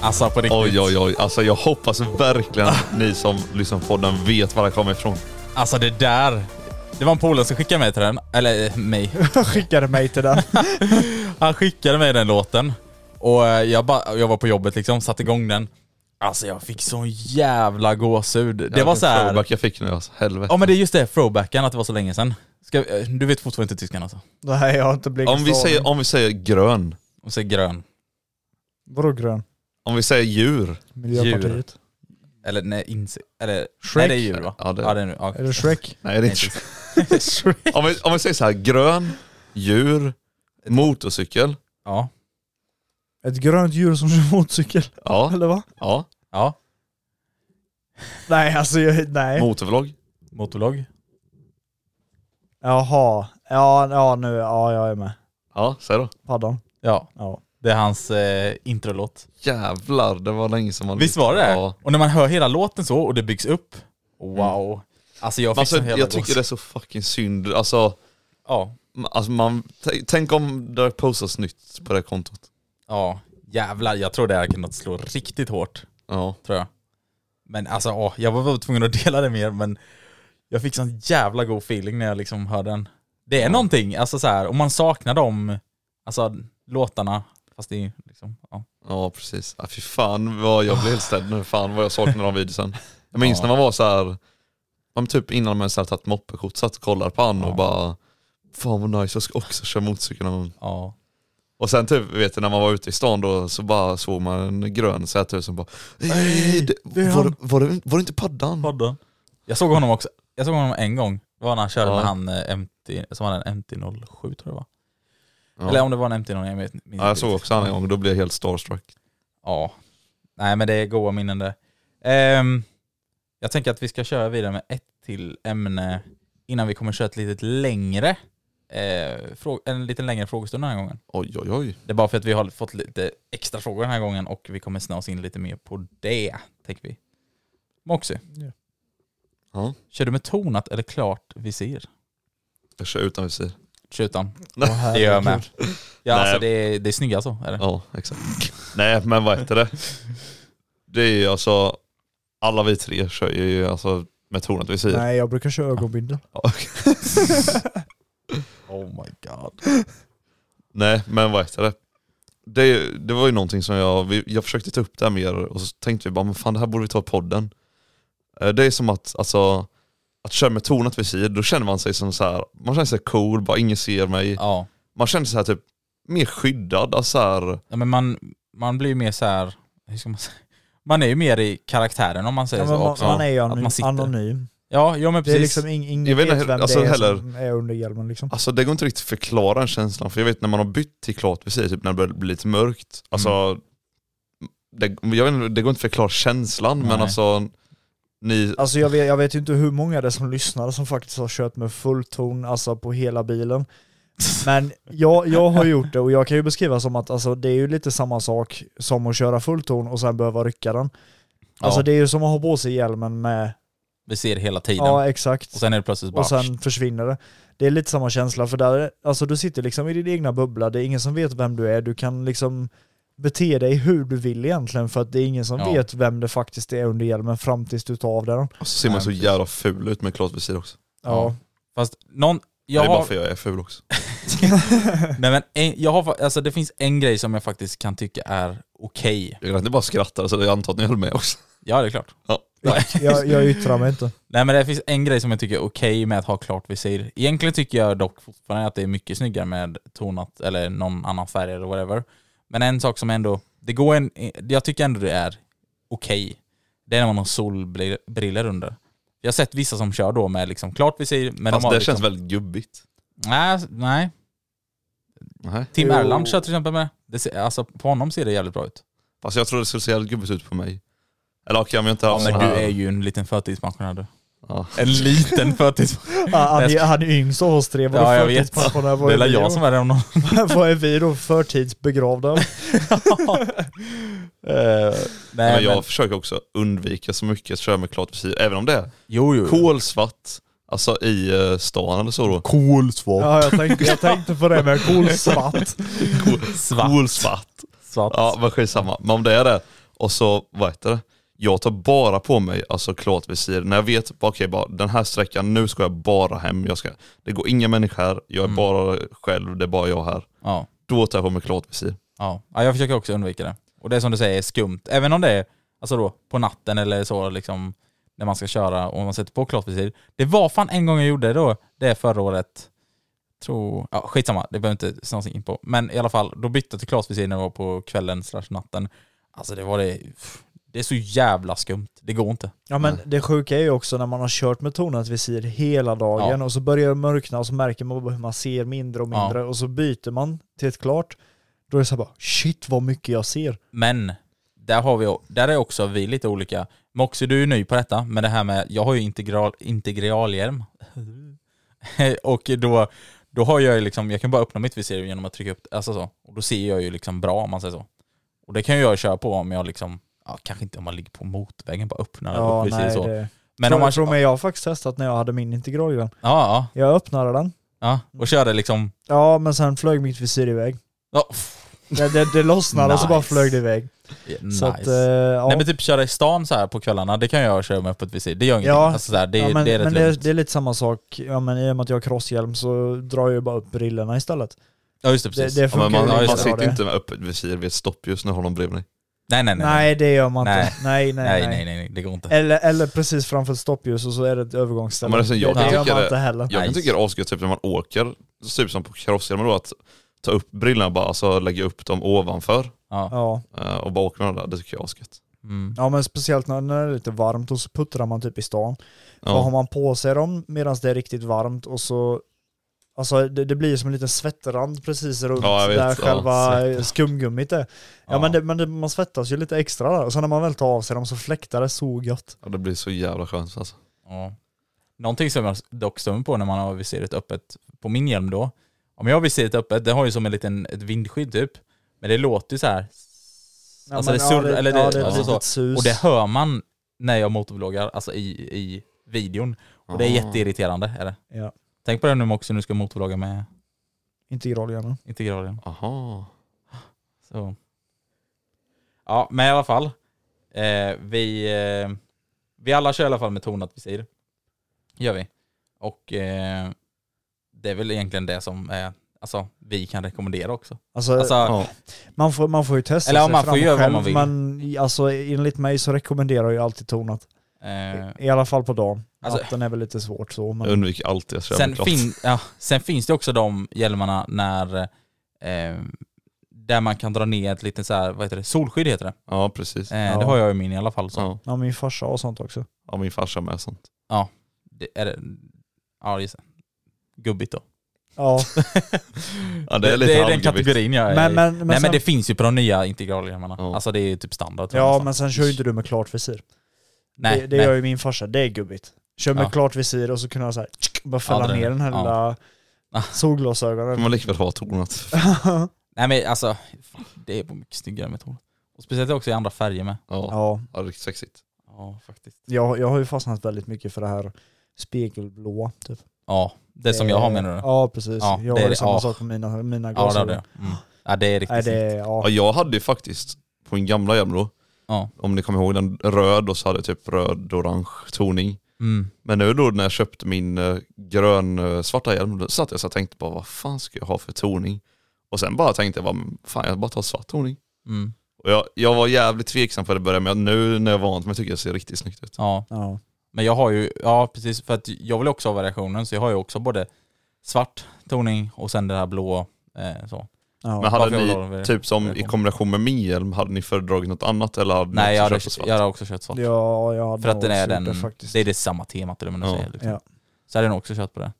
Speaker 3: Alltså på riktigt.
Speaker 1: Oj oj oj, alltså jag hoppas verkligen att ni som lyssnar på podden vet var det kommer ifrån.
Speaker 3: Alltså det där. Det var en polare som skickade mig till den. Eller eh, mig.
Speaker 2: Han skickade mig till den.
Speaker 3: Han skickade mig den låten. Och eh, jag, bara, jag var på jobbet liksom, satte igång den. Alltså jag fick sån jävla gåshud. Det var
Speaker 1: Vilken
Speaker 3: så här.
Speaker 1: Throwback jag fick nu alltså, helvete.
Speaker 3: Ja men det är just det, throwbacken, att det var så länge sedan. Ska, eh, du vet fortfarande inte tyskan alltså?
Speaker 2: Nej jag har inte blivit
Speaker 1: om, vi säger, om vi säger grön,
Speaker 3: Och så är grön.
Speaker 2: Vadå grön?
Speaker 1: om vi säger djur.
Speaker 2: Miljöpartiet?
Speaker 3: Eller nej, inse... Eller... Nej
Speaker 2: Shrek?
Speaker 3: det är djur va?
Speaker 1: Ja, det-
Speaker 3: är nu. Ja.
Speaker 2: Är det Shrek?
Speaker 1: Nej det är inte
Speaker 3: Shrek?
Speaker 1: (laughs) om, vi, om vi säger så här grön, djur, motorcykel.
Speaker 3: Ja.
Speaker 2: Ett grönt djur som kör motorcykel?
Speaker 1: Ja,
Speaker 2: (laughs) Eller va?
Speaker 1: ja.
Speaker 3: Ja.
Speaker 2: Nej alltså, jag, nej.
Speaker 1: Motorvlogg.
Speaker 3: Motorlogg.
Speaker 2: Jaha. Ja, ja nu, ja jag är med.
Speaker 1: Ja, säg då. (laughs)
Speaker 2: Paddan.
Speaker 3: Ja.
Speaker 2: Ja.
Speaker 3: Det är hans eh, introlåt.
Speaker 1: Jävlar, det var länge som man...
Speaker 3: Visst var det det?
Speaker 1: Ja.
Speaker 3: Och när man hör hela låten så och det byggs upp. Wow. Alltså jag fick
Speaker 1: Mm. Alltså,
Speaker 3: sån jävla
Speaker 1: jag tycker det är
Speaker 3: gåshud.
Speaker 1: så fucking synd. Alltså,
Speaker 3: Ja.
Speaker 1: m- alltså man, t- tänk om det postas nytt på det här kontot.
Speaker 3: Ja. Jävlar, jag tror det här kunnat slå riktigt hårt.
Speaker 1: Ja.
Speaker 3: Tror jag. Men alltså, åh, jag var väl tvungen att (laughs) dela det mer men jag fick sån jävla god feeling när jag liksom hörde den. Det är någonting, alltså så här, och man saknar de alltså, låtarna. Fast det är liksom, ja.
Speaker 1: Ja precis. Ja, fy fan vad jag blev helt ställd nu. Fan vad jag saknar de videosen. Jag minns när man var så här, man typ innan man ens hade tagit moppekort satt och kollade på han och bara Fan vad nice, jag ska också köra motorcykel någon gång.
Speaker 3: ja.
Speaker 1: Och sen typ vet du när man var ute i stan då så bara såg man en grön Z1000 och bara "Ey, det,
Speaker 2: är
Speaker 1: var, det,
Speaker 2: han."
Speaker 1: var, det, var det inte paddan?
Speaker 3: Podden. Jag såg honom också, jag såg honom en gång. Det var när han körde
Speaker 1: Ja.
Speaker 3: med han eh, MT, som hade en MT-07 tror jag det var.
Speaker 1: Ja.
Speaker 3: Eller om det var en MT-07, jag vet- minns
Speaker 1: Ja, jag
Speaker 3: inte
Speaker 1: såg
Speaker 3: riktigt.
Speaker 1: också han en gång, då blev jag helt starstruck.
Speaker 3: Ja. Nej men det är goa minnen det. Ehm, jag tänker att vi ska köra vidare med ett till ämne innan vi kommer köra ett litet längre eh, frå- en lite längre frågestund den här gången.
Speaker 1: Oj oj oj.
Speaker 3: Det är bara för att vi har fått lite extra frågor den här gången och vi kommer snöa oss in lite mer på det, tänker vi. Moxie,
Speaker 1: Ja,
Speaker 3: kör du med tonat eller klart visir?
Speaker 1: jag kör utan visir.
Speaker 3: Kör utan.
Speaker 2: Åh,
Speaker 3: Det gör jag med.
Speaker 2: herregud.
Speaker 3: Ja,
Speaker 1: Nej.
Speaker 3: alltså det är, det är snygga så. Är det?
Speaker 1: Ja, exakt. Nej, men vad heter det? Det är ju alltså, alla vi tre kör ju alltså med tornet vi säger.
Speaker 2: Nej jag brukar köra ögonbindel.
Speaker 1: Ja, okej.
Speaker 3: Oh my god.
Speaker 1: Nej, men vad heter det? det? är- Det var ju någonting som jag, vi- jag försökte ta upp det här mer och så tänkte vi bara, men fan det här borde vi ta i podden. Eh, Det är som att, alltså, att köra med tornet vid sidan, då känner man sig som så här, man känner sig cool, bara ingen ser mig.
Speaker 3: Ja.
Speaker 1: Man känner sig så här typ mer skyddad, alltså så här,
Speaker 3: Ja men man, man blir ju mer så här, hur ska man säga? Man är ju mer i karaktären om man säger
Speaker 2: Ja,
Speaker 3: så
Speaker 2: men man,
Speaker 3: också.
Speaker 2: man är ju
Speaker 3: Att man
Speaker 2: anonym.
Speaker 3: sitter.
Speaker 2: anonym.
Speaker 3: Ja, ja men
Speaker 2: Det är
Speaker 3: precis.
Speaker 2: liksom ing- ingen
Speaker 1: Jag vet inte
Speaker 2: vet
Speaker 1: hur-
Speaker 2: vem
Speaker 1: alltså,
Speaker 2: det är
Speaker 1: heller-
Speaker 2: som är under hjälmen liksom.
Speaker 1: Alltså det går inte riktigt att
Speaker 3: Mm.
Speaker 1: förklara den känslan, för jag vet när man har bytt till klart visir, typ när det börjar bli lite mörkt, alltså det, jag vet inte, det går inte att förklara känslan men
Speaker 3: Nej.
Speaker 1: alltså ni,
Speaker 2: Alltså jag vet, jag vet ju inte hur många det är som lyssnar som faktiskt har kört med fullton alltså på hela bilen. Men jag, jag har gjort det och jag kan ju beskriva som att alltså, det är ju lite samma sak som att köra fullton och sen behöva rycka den. Alltså
Speaker 3: Ja.
Speaker 2: det är ju som att ha på sig hjälmen med,
Speaker 3: Vi ser hela tiden.
Speaker 2: ja exakt,
Speaker 3: och sen är det plötsligt bara...
Speaker 2: och sen försvinner det. Det är lite samma känsla för där, alltså du sitter liksom i din egna bubbla, det är ingen som vet vem du är, du kan liksom bete dig hur du vill egentligen för att det är ingen som
Speaker 3: Ja.
Speaker 2: vet vem det faktiskt är under hjälmen fram tills du tar av den.
Speaker 1: alltså, ser man så
Speaker 3: Nej, precis.
Speaker 1: jävla ful ut med glas visir också.
Speaker 3: Ja. Fast någon... Jag
Speaker 1: det är bara
Speaker 3: har,
Speaker 1: för jag är ful också.
Speaker 3: (laughs) nej men en, jag har, fa- alltså det finns en grej som jag faktiskt kan tycka är okej.
Speaker 1: Jag kan inte bara skratta så jag antar att ni höll med också. (laughs)
Speaker 3: Ja det är klart.
Speaker 1: Ja.
Speaker 3: Nej.
Speaker 2: Jag, jag yttrar mig inte.
Speaker 3: Nej men det finns en grej som jag tycker är okej med att ha klart visir. Egentligen tycker jag dock fortfarande att det är mycket snyggare med tonat eller någon annan färg eller whatever. Men en sak som ändå, det går en, jag tycker ändå det är okej. Det är när man har solbriller under. Jag har sett vissa som kör då med liksom klart visir, men
Speaker 1: Fast
Speaker 3: de
Speaker 1: det
Speaker 3: har
Speaker 1: känns
Speaker 3: liksom,
Speaker 1: väldigt gubbigt.
Speaker 3: Nej, nej.
Speaker 1: Nej.
Speaker 3: Tim
Speaker 2: Jo.
Speaker 3: Erland kör till exempel med. Det ser, alltså på honom ser det jävligt bra ut.
Speaker 1: Fast jag tror det skulle se jävligt gubbigt ut på mig. Eller okej om jag inte har
Speaker 3: Ja, men
Speaker 1: sån
Speaker 3: du
Speaker 1: här-
Speaker 3: är ju en liten förtidspensionär du.
Speaker 1: Ja.
Speaker 3: En (laughs) liten förtidspensionär.
Speaker 2: Ja, han, är, han är yngst av oss tre. Var
Speaker 3: Ja,
Speaker 2: det
Speaker 3: jag vet.
Speaker 2: förtidspensionär? Vad
Speaker 3: Det är väl
Speaker 2: vi
Speaker 3: jag
Speaker 2: då?
Speaker 3: som är det om någon.
Speaker 2: (laughs) Vad är vi då? Förtidsbegravda?
Speaker 3: (laughs) Eh, nej,
Speaker 1: men jag
Speaker 3: men-
Speaker 1: försöker också undvika så mycket att köra med klart visir, även om det är
Speaker 3: Jo, jo.
Speaker 1: kolsvart, alltså i eh, stan eller så då.
Speaker 3: Kolsvart.
Speaker 2: Ja, jag tänkte, jag tänkte på det med
Speaker 3: (laughs)
Speaker 2: kolsvart.
Speaker 3: Svart.
Speaker 1: Kolsvart.
Speaker 3: Svart.
Speaker 1: Ja men skitsamma, men om det är det, och så vad heter det? Jag tar bara på mig alltså klart visir när jag vet, okej bara den här sträckan, nu ska jag bara hem, jag ska, det går inga människor här, jag är
Speaker 3: Mm.
Speaker 1: bara själv, det är bara jag här.
Speaker 3: Ja,
Speaker 1: Då tar jag på mig klart visir.
Speaker 3: ja. ja, jag försöker också undvika det. Och det är som du säger är skumt. Även om det är alltså då, på natten eller så, liksom, när man ska köra och man sätter på klottervisir. Det var fan en gång jag gjorde det då, det förra året. Tror, ja, skitsamma, det behöver inte snöa in på. Men i alla fall, då bytte jag till klottervisir när det var på kvällen slash natten. Alltså det var det, pff, det är så jävla skumt. Det går inte.
Speaker 2: Ja men det sjuka är ju också när man har kört med tonat visir hela dagen
Speaker 3: Ja.
Speaker 2: och så börjar det mörkna och så märker man hur man ser mindre och
Speaker 3: Ja.
Speaker 2: mindre och så byter man till ett klart. Då är det så här bara shit vad mycket jag ser.
Speaker 3: Men där, har vi, där är också vi lite olika. Moxie, du är ny på detta, men det här med, jag har ju integral, integralhjälm. (laughs) och då, då har jag ju liksom, jag kan bara öppna mitt visir genom att trycka upp, alltså så. Och då ser jag ju liksom bra om man säger så. Och det kan ju jag köra på om jag liksom, ja, kanske inte om man ligger på motorvägen, bara öppnar upp visir så.
Speaker 2: det...
Speaker 3: Men
Speaker 2: tror,
Speaker 3: om man,
Speaker 2: tror
Speaker 3: ja,
Speaker 2: mig, jag har faktiskt testat när jag hade min integral i den.
Speaker 3: ja,
Speaker 2: Jag öppnade den.
Speaker 3: ja, och körde liksom,
Speaker 2: Ja men sen flög mitt visir iväg.
Speaker 3: ja, pff,
Speaker 2: Det, det, det lossnade och så bara
Speaker 3: Nice.
Speaker 2: flög det iväg.
Speaker 3: nice.
Speaker 2: Så att, eh, ja.
Speaker 3: Nej men typ köra i stan så här på kvällarna, det kan jag köra med öppet visir. Det gör ingenting.
Speaker 2: Ja.
Speaker 3: Alltså så här, det,
Speaker 2: ja, men,
Speaker 3: det är rätt
Speaker 2: men det, är,
Speaker 3: lugnt.
Speaker 2: det är lite samma sak, ja, men i och med att jag har crosshjälm så drar jag ju bara upp brillorna istället.
Speaker 3: Ja just det, precis.
Speaker 2: Det, det
Speaker 1: Ja, men man,
Speaker 2: funkar ju
Speaker 3: ja,
Speaker 1: man
Speaker 2: lika
Speaker 3: just det.
Speaker 2: bra
Speaker 1: sitter
Speaker 2: det.
Speaker 1: inte med öppet visir vid ett stoppljus när jag har någon bredvid mig.
Speaker 3: Nej nej nej. Nej
Speaker 2: Nej det gör man
Speaker 3: Nej.
Speaker 2: inte. Nej nej nej.
Speaker 3: nej nej, nej, nej. det går inte.
Speaker 2: Eller, eller precis framför ett stoppljus och så är det ett övergångsställe.
Speaker 1: Ja, men alltså, jag
Speaker 2: det
Speaker 1: tycker
Speaker 2: gör man
Speaker 1: det-
Speaker 2: inte heller.
Speaker 1: Jag kan
Speaker 3: Nice.
Speaker 1: tycka det är asgött typ när man åker, typ som på karosshjälmen då, att ta upp brillorna bara, alltså lägga upp dem ovanför
Speaker 3: Ja.
Speaker 2: Ja.
Speaker 1: eh, och bara åka med dem där. Det tycker jag är asgött.
Speaker 3: Mm.
Speaker 2: ja men speciellt när när det är lite varmt och så puttrar man typ i stan. Då har
Speaker 1: Ja.
Speaker 2: man på sig dem medan det är riktigt varmt och så Alltså det, det blir som en liten svettrand precis runt
Speaker 1: Ja, jag vet.
Speaker 2: där
Speaker 1: Ja,
Speaker 2: själva
Speaker 3: svettrand.
Speaker 2: skumgummit är. Ja,
Speaker 3: Ja.
Speaker 2: men, det, men det, man svettas ju lite extra där och sen när man väl tar av sig dem så fläktar det så gött.
Speaker 1: Ja, det blir så jävla skönt alltså.
Speaker 3: Ja. Någonting som jag dock stämmer på när man har visiret öppet, på min hjälm då, om jag har visiret öppet, det har ju som en liten, ett vindskydd typ, men det låter ju så här.
Speaker 2: Ja,
Speaker 3: alltså
Speaker 2: men,
Speaker 3: det surrar,
Speaker 2: ja,
Speaker 3: eller det,
Speaker 2: ja, det är
Speaker 3: alltså
Speaker 2: ett
Speaker 3: så.
Speaker 2: litet sus.
Speaker 3: Och det hör man när jag motorvloggar, alltså i, i videon. Och det är jätteirriterande. Är det?
Speaker 2: Ah. Ja,
Speaker 3: Tänk på det nu också när du ska motorvlogga med
Speaker 2: integralhjärnan.
Speaker 3: integralen.
Speaker 1: Aha.
Speaker 3: Så. Ja, men i alla fall. Eh, vi, eh, vi alla kör i alla fall med tonat visir. Gör vi. Och eh, det är väl egentligen det som eh, alltså, vi kan rekommendera också.
Speaker 2: Alltså,
Speaker 3: Alltså,
Speaker 1: Ja.
Speaker 2: man, får, man får ju testa
Speaker 3: Eller ja,
Speaker 2: sig
Speaker 3: man får
Speaker 2: fram
Speaker 3: göra vad
Speaker 2: själv,
Speaker 3: man vill.
Speaker 2: men alltså, enligt mig så rekommenderar jag ju alltid tonat.
Speaker 3: eh,
Speaker 2: I alla fall på dagen.
Speaker 3: Alltså-
Speaker 2: Natten är väl lite svårt så.
Speaker 1: Jag
Speaker 2: Men,
Speaker 1: undviker alltid att köra
Speaker 3: sen,
Speaker 1: med klart.
Speaker 3: fin, ja, sen finns det också de hjälmarna när eh, där man kan dra ner ett litet så här, vad heter det, solskydd heter det.
Speaker 1: Ja, precis.
Speaker 3: Eh,
Speaker 2: Ja.
Speaker 3: Det har jag i min i alla fall. Så.
Speaker 1: Ja.
Speaker 2: ja, min farsa har sånt också.
Speaker 1: ja, min farsa med sånt.
Speaker 3: Det, är det, ja, just det. Gubbigt då.
Speaker 2: Ja,
Speaker 1: (laughs) Ja,
Speaker 3: Det,
Speaker 1: det är lite
Speaker 3: den
Speaker 1: halvgubbigt.
Speaker 3: kategorin jag är
Speaker 2: Men-
Speaker 3: i.
Speaker 2: men- men
Speaker 3: Nej
Speaker 2: sen-
Speaker 3: men det finns ju på de nya integralhjälmarna.
Speaker 1: Ja.
Speaker 3: Alltså det är ju typ standard. tror jag
Speaker 2: ja
Speaker 3: nästan.
Speaker 2: men sen kör ju inte du med klart visir.
Speaker 3: Nej,
Speaker 2: det det
Speaker 3: nej.
Speaker 2: gör ju min farsa, det är gubbigt. Kör med
Speaker 3: Ja.
Speaker 2: klart visir och så kunde han så här, tsk, bara fälla
Speaker 3: det-
Speaker 2: ner den här
Speaker 3: ja.
Speaker 2: lilla
Speaker 3: Ah.
Speaker 2: solglasögonen.
Speaker 1: Man likväl ha tornat.
Speaker 3: nej men alltså, fan, det är bara mycket snyggare med torn. Och speciellt också i andra färger med. (laughs)
Speaker 1: Ja,
Speaker 2: ja,
Speaker 1: ja riktigt sexigt.
Speaker 3: Ja faktiskt.
Speaker 2: jag, jag har ju fastnat väldigt mycket för det här spegelblåa. Typ.
Speaker 3: Ja, det som jag har menar du? Ja,
Speaker 2: Ja, precis.
Speaker 3: Ja,
Speaker 2: jag
Speaker 3: det
Speaker 2: har
Speaker 3: är
Speaker 2: ju
Speaker 3: det.
Speaker 2: samma
Speaker 3: Ja.
Speaker 2: sak med mina, mina
Speaker 3: det har
Speaker 2: glasögon.
Speaker 3: du. Mm. Ja det är riktigt
Speaker 2: Nej, det
Speaker 3: snyggt.
Speaker 2: är, ja.
Speaker 1: Ja, jag hade ju faktiskt på en gamla jävla då,
Speaker 3: Ja.
Speaker 1: om ni kommer ihåg den, röd och så hade jag typ röd-orange toning.
Speaker 3: Mm.
Speaker 1: Men nu då när jag köpte min eh, grön-svarta hjälm, då satt jag så och tänkte bara vad fan ska jag ha för toning? Och sen bara tänkte jag, bara, "Men fan jag bara tar svart toning.
Speaker 3: Mm.
Speaker 1: Och jag, jag var jävligt tveksam för det början, men nu när jag är vant mig tycker jag det ser riktigt snyggt ut.
Speaker 3: Ja.
Speaker 2: ja.
Speaker 3: Men jag har ju, ja precis, för att jag vill också ha variationen så jag har ju också både svart toning och sen det här blå eh, så.
Speaker 2: ja.
Speaker 1: Men hade
Speaker 3: varför jag vill ha
Speaker 1: ni,
Speaker 3: den
Speaker 1: typ som i
Speaker 3: variation?
Speaker 1: kombination med min hjälm, hade ni föredragit något annat eller hade ni
Speaker 3: Nej jag
Speaker 1: också
Speaker 3: hade,
Speaker 1: köpt svart?
Speaker 3: jag hade också kört svart.
Speaker 2: Ja, jag hade
Speaker 3: för att
Speaker 2: nog
Speaker 3: den är
Speaker 2: också gjort
Speaker 3: den,
Speaker 2: det faktiskt.
Speaker 3: det är det samma temat eller vad man
Speaker 1: Ja.
Speaker 3: säger. Liksom.
Speaker 2: Ja.
Speaker 3: Så hade jag nog också kört på det.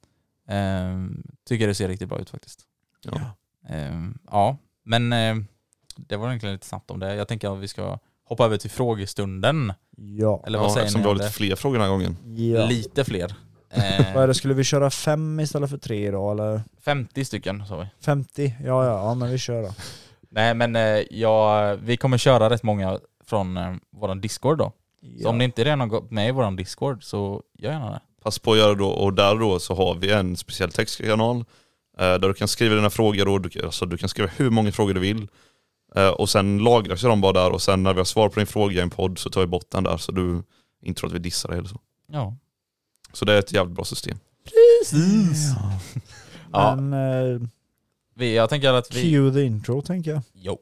Speaker 3: Ehm, tycker det ser riktigt bra ut faktiskt.
Speaker 1: Ja.
Speaker 3: Ehm, ja, men ehm, det var egentligen lite snabbt om det. Jag tänker att vi ska hoppa över till frågestunden.
Speaker 2: Ja.
Speaker 3: Eller vad
Speaker 1: ja,
Speaker 3: säger
Speaker 1: eftersom
Speaker 3: ni?
Speaker 1: vi har
Speaker 3: om
Speaker 1: lite
Speaker 3: det?
Speaker 1: fler frågor den här gången.
Speaker 2: ja. (laughs)
Speaker 3: Lite fler.
Speaker 2: Vad är
Speaker 3: Ehm,
Speaker 2: det, skulle vi köra fem istället för tre idag eller?
Speaker 3: 50 stycken sa vi.
Speaker 2: 50? Ja, ja, ja men vi kör då.
Speaker 3: Nej men eh, jag, vi kommer köra rätt många från eh, våran Discord då. Så
Speaker 2: Ja. (laughs)
Speaker 3: om ni inte redan har gått med i våran Discord så gör gärna det.
Speaker 1: Pass på att göra då, och där då så har vi en speciell textkanal eh, där du kan skriva dina frågor och du, kan- alltså, du kan skriva hur många frågor du vill. Eh, och sen lagras ju de bara där och sen när vi har svar på din fråga i en podd så tar vi bort den där så du inte tror att vi dissar dig eller så.
Speaker 3: Ja.
Speaker 1: Så det är ett jävligt bra system.
Speaker 3: Precis. Ja.
Speaker 2: Men eh,
Speaker 3: Vi, jag tänker att vi...
Speaker 2: cue the intro tänker jag.
Speaker 3: Jo.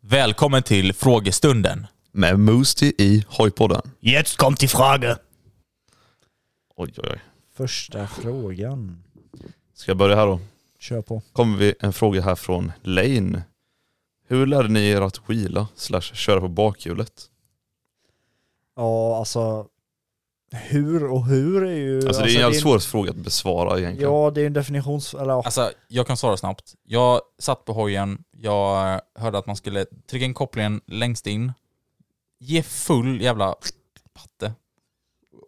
Speaker 3: Välkommen till frågestunden.
Speaker 1: Med Moosty i Hojpodden.
Speaker 4: Jetzt kommt die Frage.
Speaker 1: Oj oj oj.
Speaker 2: Första frågan.
Speaker 1: Ska jag börja här då?
Speaker 2: Kör på.
Speaker 1: Kommer vi en fråga här från Lane. Hur lärde ni er att wheela slash köra på bakhjulet?
Speaker 2: Ja, alltså hur och hur är ju...
Speaker 1: Alltså det är en jävligt
Speaker 2: det
Speaker 1: svår fråga att besvara egentligen.
Speaker 2: Ja, det är en definitions... Eller ja.
Speaker 3: Alltså, jag kan svara snabbt. Jag satt på hojen, jag hörde att man skulle trycka in kopplingen längst in, ge full jävla patte,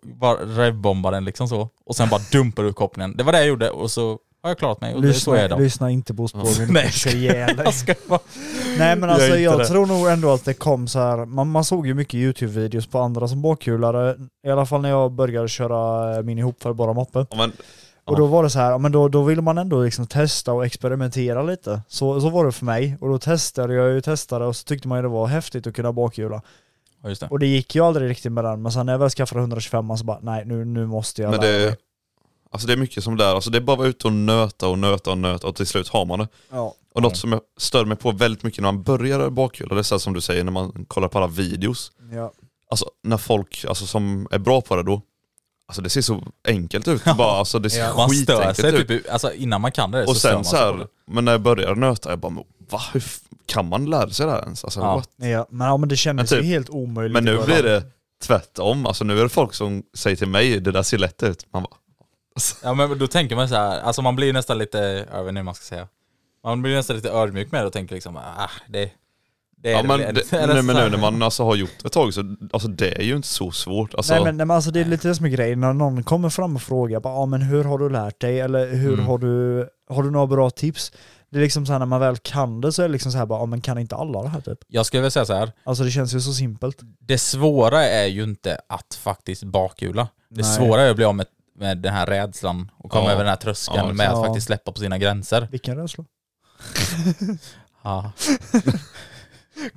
Speaker 3: bara revbomba den liksom så, och sen bara dumpa ur kopplingen. Det var det jag gjorde och så har jag klarat mig och det är så är
Speaker 2: lyssna,
Speaker 3: det.
Speaker 2: lyssna inte på spåren.
Speaker 3: Nej,
Speaker 2: Kör ihjäl dig.
Speaker 3: (laughs) jag ska bara...
Speaker 2: Nej men
Speaker 3: Gör
Speaker 2: alltså
Speaker 3: inte
Speaker 2: jag
Speaker 3: det.
Speaker 2: tror nog ändå att det kom så här. Man, man såg ju mycket YouTube-videos på andra som bakhjulare, i alla fall när jag började köra eh, min ihopfällbara moppe.
Speaker 1: Ja, men
Speaker 2: Och då var det så här, ja, men då, då vill man ändå liksom testa och experimentera lite. Så, så var det för mig. Och då testade jag ju testade och så tyckte man ju det var häftigt att kunna bakhjula.
Speaker 3: Ja, just det.
Speaker 2: Och det gick ju aldrig riktigt med den, men sen när jag väl skaffade 125 så bara nej nu, nu måste jag
Speaker 1: Men
Speaker 2: lära
Speaker 1: det,
Speaker 2: mig.
Speaker 1: alltså det är mycket som där, alltså det är bara att vara ute och nöta och nöta och nöta och till slut har man det.
Speaker 2: Ja.
Speaker 1: Och något som jag stör mig på väldigt mycket när man börjar bakhjula, det är så här som du säger när man kollar på alla videos.
Speaker 2: ja.
Speaker 1: Alltså när folk alltså, som är bra på det då, alltså det ser så enkelt ut. Bara, alltså, det ser
Speaker 3: Man stör
Speaker 1: skitenkelt
Speaker 3: sig
Speaker 1: ut.
Speaker 3: typ, alltså innan man kan det
Speaker 1: och
Speaker 3: stör
Speaker 1: sen
Speaker 3: man
Speaker 1: så
Speaker 3: sig på
Speaker 1: här,
Speaker 3: det.
Speaker 1: men när jag börjar nöta, jag bara men va? Hur f- kan man lära sig det här ens? Alltså,
Speaker 3: Ja.
Speaker 1: what?
Speaker 2: Ja, men, ja, men det kändes
Speaker 1: Men typ-
Speaker 2: ju helt omöjligt.
Speaker 1: Men
Speaker 2: i
Speaker 1: nu
Speaker 2: början.
Speaker 1: blir det tvärtom, alltså nu är det folk som säger till mig det där ser lätt ut. Man bara,
Speaker 3: Ja men då tänker man så här, alltså man blir nästan lite, jag vet inte hur man ska säga, man blir nästan lite ödmjuk med det och tänker liksom, ah det, det är
Speaker 1: Ja
Speaker 3: det
Speaker 1: men,
Speaker 3: väl."
Speaker 1: det,
Speaker 3: (laughs) Eller
Speaker 1: nej,
Speaker 3: så
Speaker 1: men
Speaker 3: här.
Speaker 1: nu när man alltså har gjort ett tag så, alltså det är ju inte så svårt. Alltså,
Speaker 2: Nej men, nej men alltså det är lite det som är grejen, när någon kommer fram och frågar bara, ah, men hur har du lärt dig eller hur
Speaker 1: Mm.
Speaker 2: har du, har du några bra tips? Det är liksom så här när man väl kan det så är det liksom så här bara, ah, men kan inte alla det här typ?
Speaker 3: Jag skulle vilja säga så här,
Speaker 2: Alltså det känns ju så simpelt.
Speaker 3: det svåra är ju inte att faktiskt bakhjula. Det
Speaker 2: Nej.
Speaker 3: svåra är att bli av med, med den här rädslan och komma
Speaker 1: Ja.
Speaker 3: över den här tröskeln
Speaker 1: Ja,
Speaker 3: med att
Speaker 2: exakt.
Speaker 3: faktiskt släppa på sina gränser.
Speaker 2: Vilken rädsla. (laughs)
Speaker 3: Ja.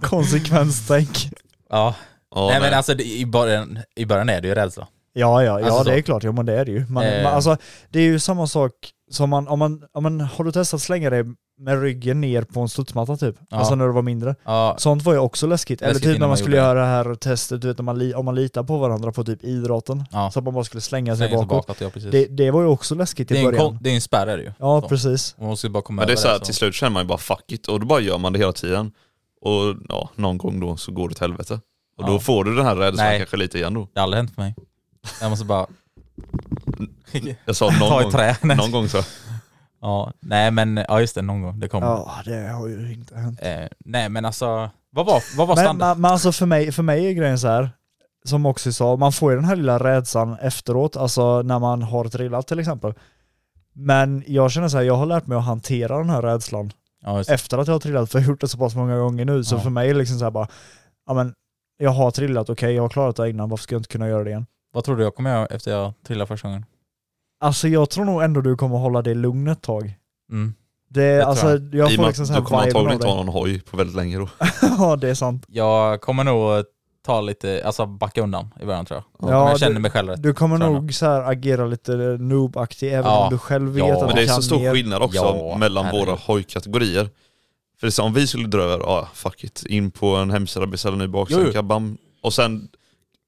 Speaker 2: Konsekvenstänk.
Speaker 3: ja.
Speaker 1: ja,
Speaker 3: nej, men alltså det, i, början, i början är det ju rädsla.
Speaker 2: Ja, ja, ja
Speaker 3: Alltså så.
Speaker 2: det är klart. Ja, men det är det ju. Man,
Speaker 3: Eh.
Speaker 2: man, alltså, det är ju samma sak som man, om man, om man har du testat att slänga dig med ryggen ner på en studsmatta typ?
Speaker 3: Ja.
Speaker 2: Alltså när du var mindre.
Speaker 3: Ja,
Speaker 2: Sånt var ju också läskigt. Eller
Speaker 3: Läskigt
Speaker 2: typ när
Speaker 3: innan
Speaker 2: man
Speaker 3: man
Speaker 2: skulle
Speaker 3: gjorde
Speaker 2: göra det här testet, du vet när man li- om man litar på varandra på typ idrotten.
Speaker 3: Ja.
Speaker 2: Så att man bara skulle slänga sig
Speaker 3: slänga sig
Speaker 2: bakåt.
Speaker 3: bakåt, ja, precis.
Speaker 2: Det,
Speaker 3: Det,
Speaker 2: det var ju också läskigt i
Speaker 3: är en,
Speaker 2: början.
Speaker 3: kon- det är en spärr är det ju.
Speaker 2: Ja,
Speaker 3: Så.
Speaker 2: precis.
Speaker 3: Man måste ju bara komma
Speaker 1: men det är
Speaker 3: över
Speaker 1: så här,
Speaker 3: så.
Speaker 1: till slut känner man ju bara fuck it och då bara gör man det hela tiden. Och ja, någon gång då så går det till helvete. Och
Speaker 3: Ja.
Speaker 1: då får du den här rädslan
Speaker 3: Nej.
Speaker 1: (laughs) kanske lite igen då.
Speaker 3: Det har aldrig hänt för mig. Jag måste bara
Speaker 1: Jag sa någon
Speaker 3: Ta i
Speaker 1: gång.
Speaker 3: trä. Nej.
Speaker 1: Någon gång så.
Speaker 3: Ja, nej men, ja just det, någon gång. Det kommer.
Speaker 2: Ja, det har ju inte hänt.
Speaker 3: Eh, nej men alltså, vad var, vad var
Speaker 2: Men,
Speaker 3: standard?
Speaker 2: men, men alltså för mig, för mig är grejen så här som också sa, man får ju den här lilla rädslan efteråt, alltså när man har trillat till exempel. Men jag känner så här, jag har lärt mig att hantera den här rädslan
Speaker 3: Ja, just, det.
Speaker 2: efter att jag har trillat, för jag har gjort det så pass många gånger nu. Så
Speaker 3: Ja.
Speaker 2: för mig är det liksom så här bara, ja men jag har trillat, okej jag har klarat det här innan, varför ska jag inte kunna göra det igen?
Speaker 3: vad tror du jag kommer göra efter jag trillar första gången?
Speaker 2: Alltså jag tror nog ändå du kommer hålla det lugn ett tag.
Speaker 3: Mm.
Speaker 2: Det,
Speaker 3: tror
Speaker 2: alltså, jag,
Speaker 1: I och
Speaker 2: får
Speaker 1: med
Speaker 2: liksom
Speaker 1: att
Speaker 2: så här
Speaker 1: du kommer antagligen
Speaker 2: viben
Speaker 1: inte
Speaker 2: av
Speaker 1: ha någon hoj på väldigt länge då.
Speaker 2: det. (laughs) ja det är sant.
Speaker 3: Jag kommer nog ta lite, alltså backa undan i början tror jag.
Speaker 2: Ja,
Speaker 3: Om jag känner
Speaker 2: du-
Speaker 3: mig själv rätt.
Speaker 2: Du kommer
Speaker 3: tror jag
Speaker 2: nog så här agera lite noobaktig även
Speaker 3: Ja.
Speaker 2: om du själv vet
Speaker 3: Ja,
Speaker 2: att
Speaker 1: Men det
Speaker 2: du
Speaker 1: är
Speaker 2: kan
Speaker 1: så stor
Speaker 2: mer.
Speaker 1: skillnad också
Speaker 3: Ja,
Speaker 1: mellan
Speaker 3: herregud.
Speaker 1: våra hojkategorier. För det är så, om vi skulle dra över, ah, fuck it, in på en hemsida, beställa en ny
Speaker 3: Jo,
Speaker 1: baksänka,
Speaker 3: jo.
Speaker 1: bam. Och sen,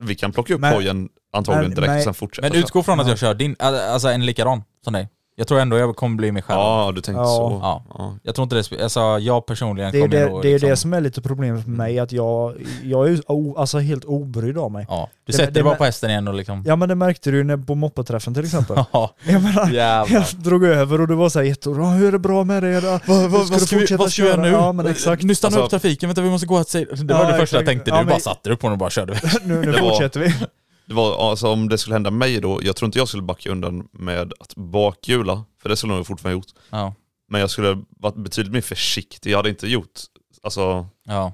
Speaker 1: vi kan plocka upp
Speaker 2: Men-
Speaker 1: hojen antagligen
Speaker 2: men-
Speaker 1: direkt
Speaker 2: men-
Speaker 1: och sen fortsätta.
Speaker 3: Men utgå från att
Speaker 2: Alltså- Ja.
Speaker 3: jag kör din, alltså en likadan som dig. Jag tror ändå jag kommer bli mig själv. Ja.
Speaker 1: Ja, du tänkte
Speaker 2: Ja.
Speaker 1: så.
Speaker 3: Ja.
Speaker 1: Ja.
Speaker 3: Jag tror inte det, spe- alltså jag personligen
Speaker 2: Det är,
Speaker 3: kommer
Speaker 2: det,
Speaker 3: nog
Speaker 2: det, är
Speaker 3: liksom, Mm.
Speaker 2: det som är lite problemet för mig, att jag, jag är ju o, alltså helt obrydd av mig.
Speaker 3: Ja, du
Speaker 2: det-
Speaker 3: sätter
Speaker 2: det-
Speaker 3: dig bara på hästen igen och liksom...
Speaker 2: Ja men det märkte du ju när- på moppeträffen till exempel.
Speaker 3: (laughs) Ja,
Speaker 2: Jag menar,
Speaker 3: (laughs) jävlar.
Speaker 2: jag drog över och du var såhär jätteorolig, "Ah, hur är det bra med dig? Vad
Speaker 3: Vad ska, vi, vad ska vi göra nu?
Speaker 2: Ja men
Speaker 3: (laughs)
Speaker 2: exakt.
Speaker 3: Nu stannar
Speaker 1: Alltså-
Speaker 3: upp trafiken, vänta vi måste gå åt sidan. Det
Speaker 2: Ja,
Speaker 3: var det första
Speaker 2: exakt.
Speaker 3: jag tänkte, du
Speaker 2: Ja, men-
Speaker 3: bara satte dig på den och bara körde.
Speaker 2: Nu, nu
Speaker 1: Det var-
Speaker 2: fortsätter vi.
Speaker 1: Det var, alltså, om det skulle hända mig då, jag tror inte jag skulle backa undan med att bakhjula, för det skulle jag nog fortfarande gjort.
Speaker 3: Ja,
Speaker 1: Men jag skulle varit betydligt mer försiktig, jag hade inte gjort alltså,
Speaker 3: ja.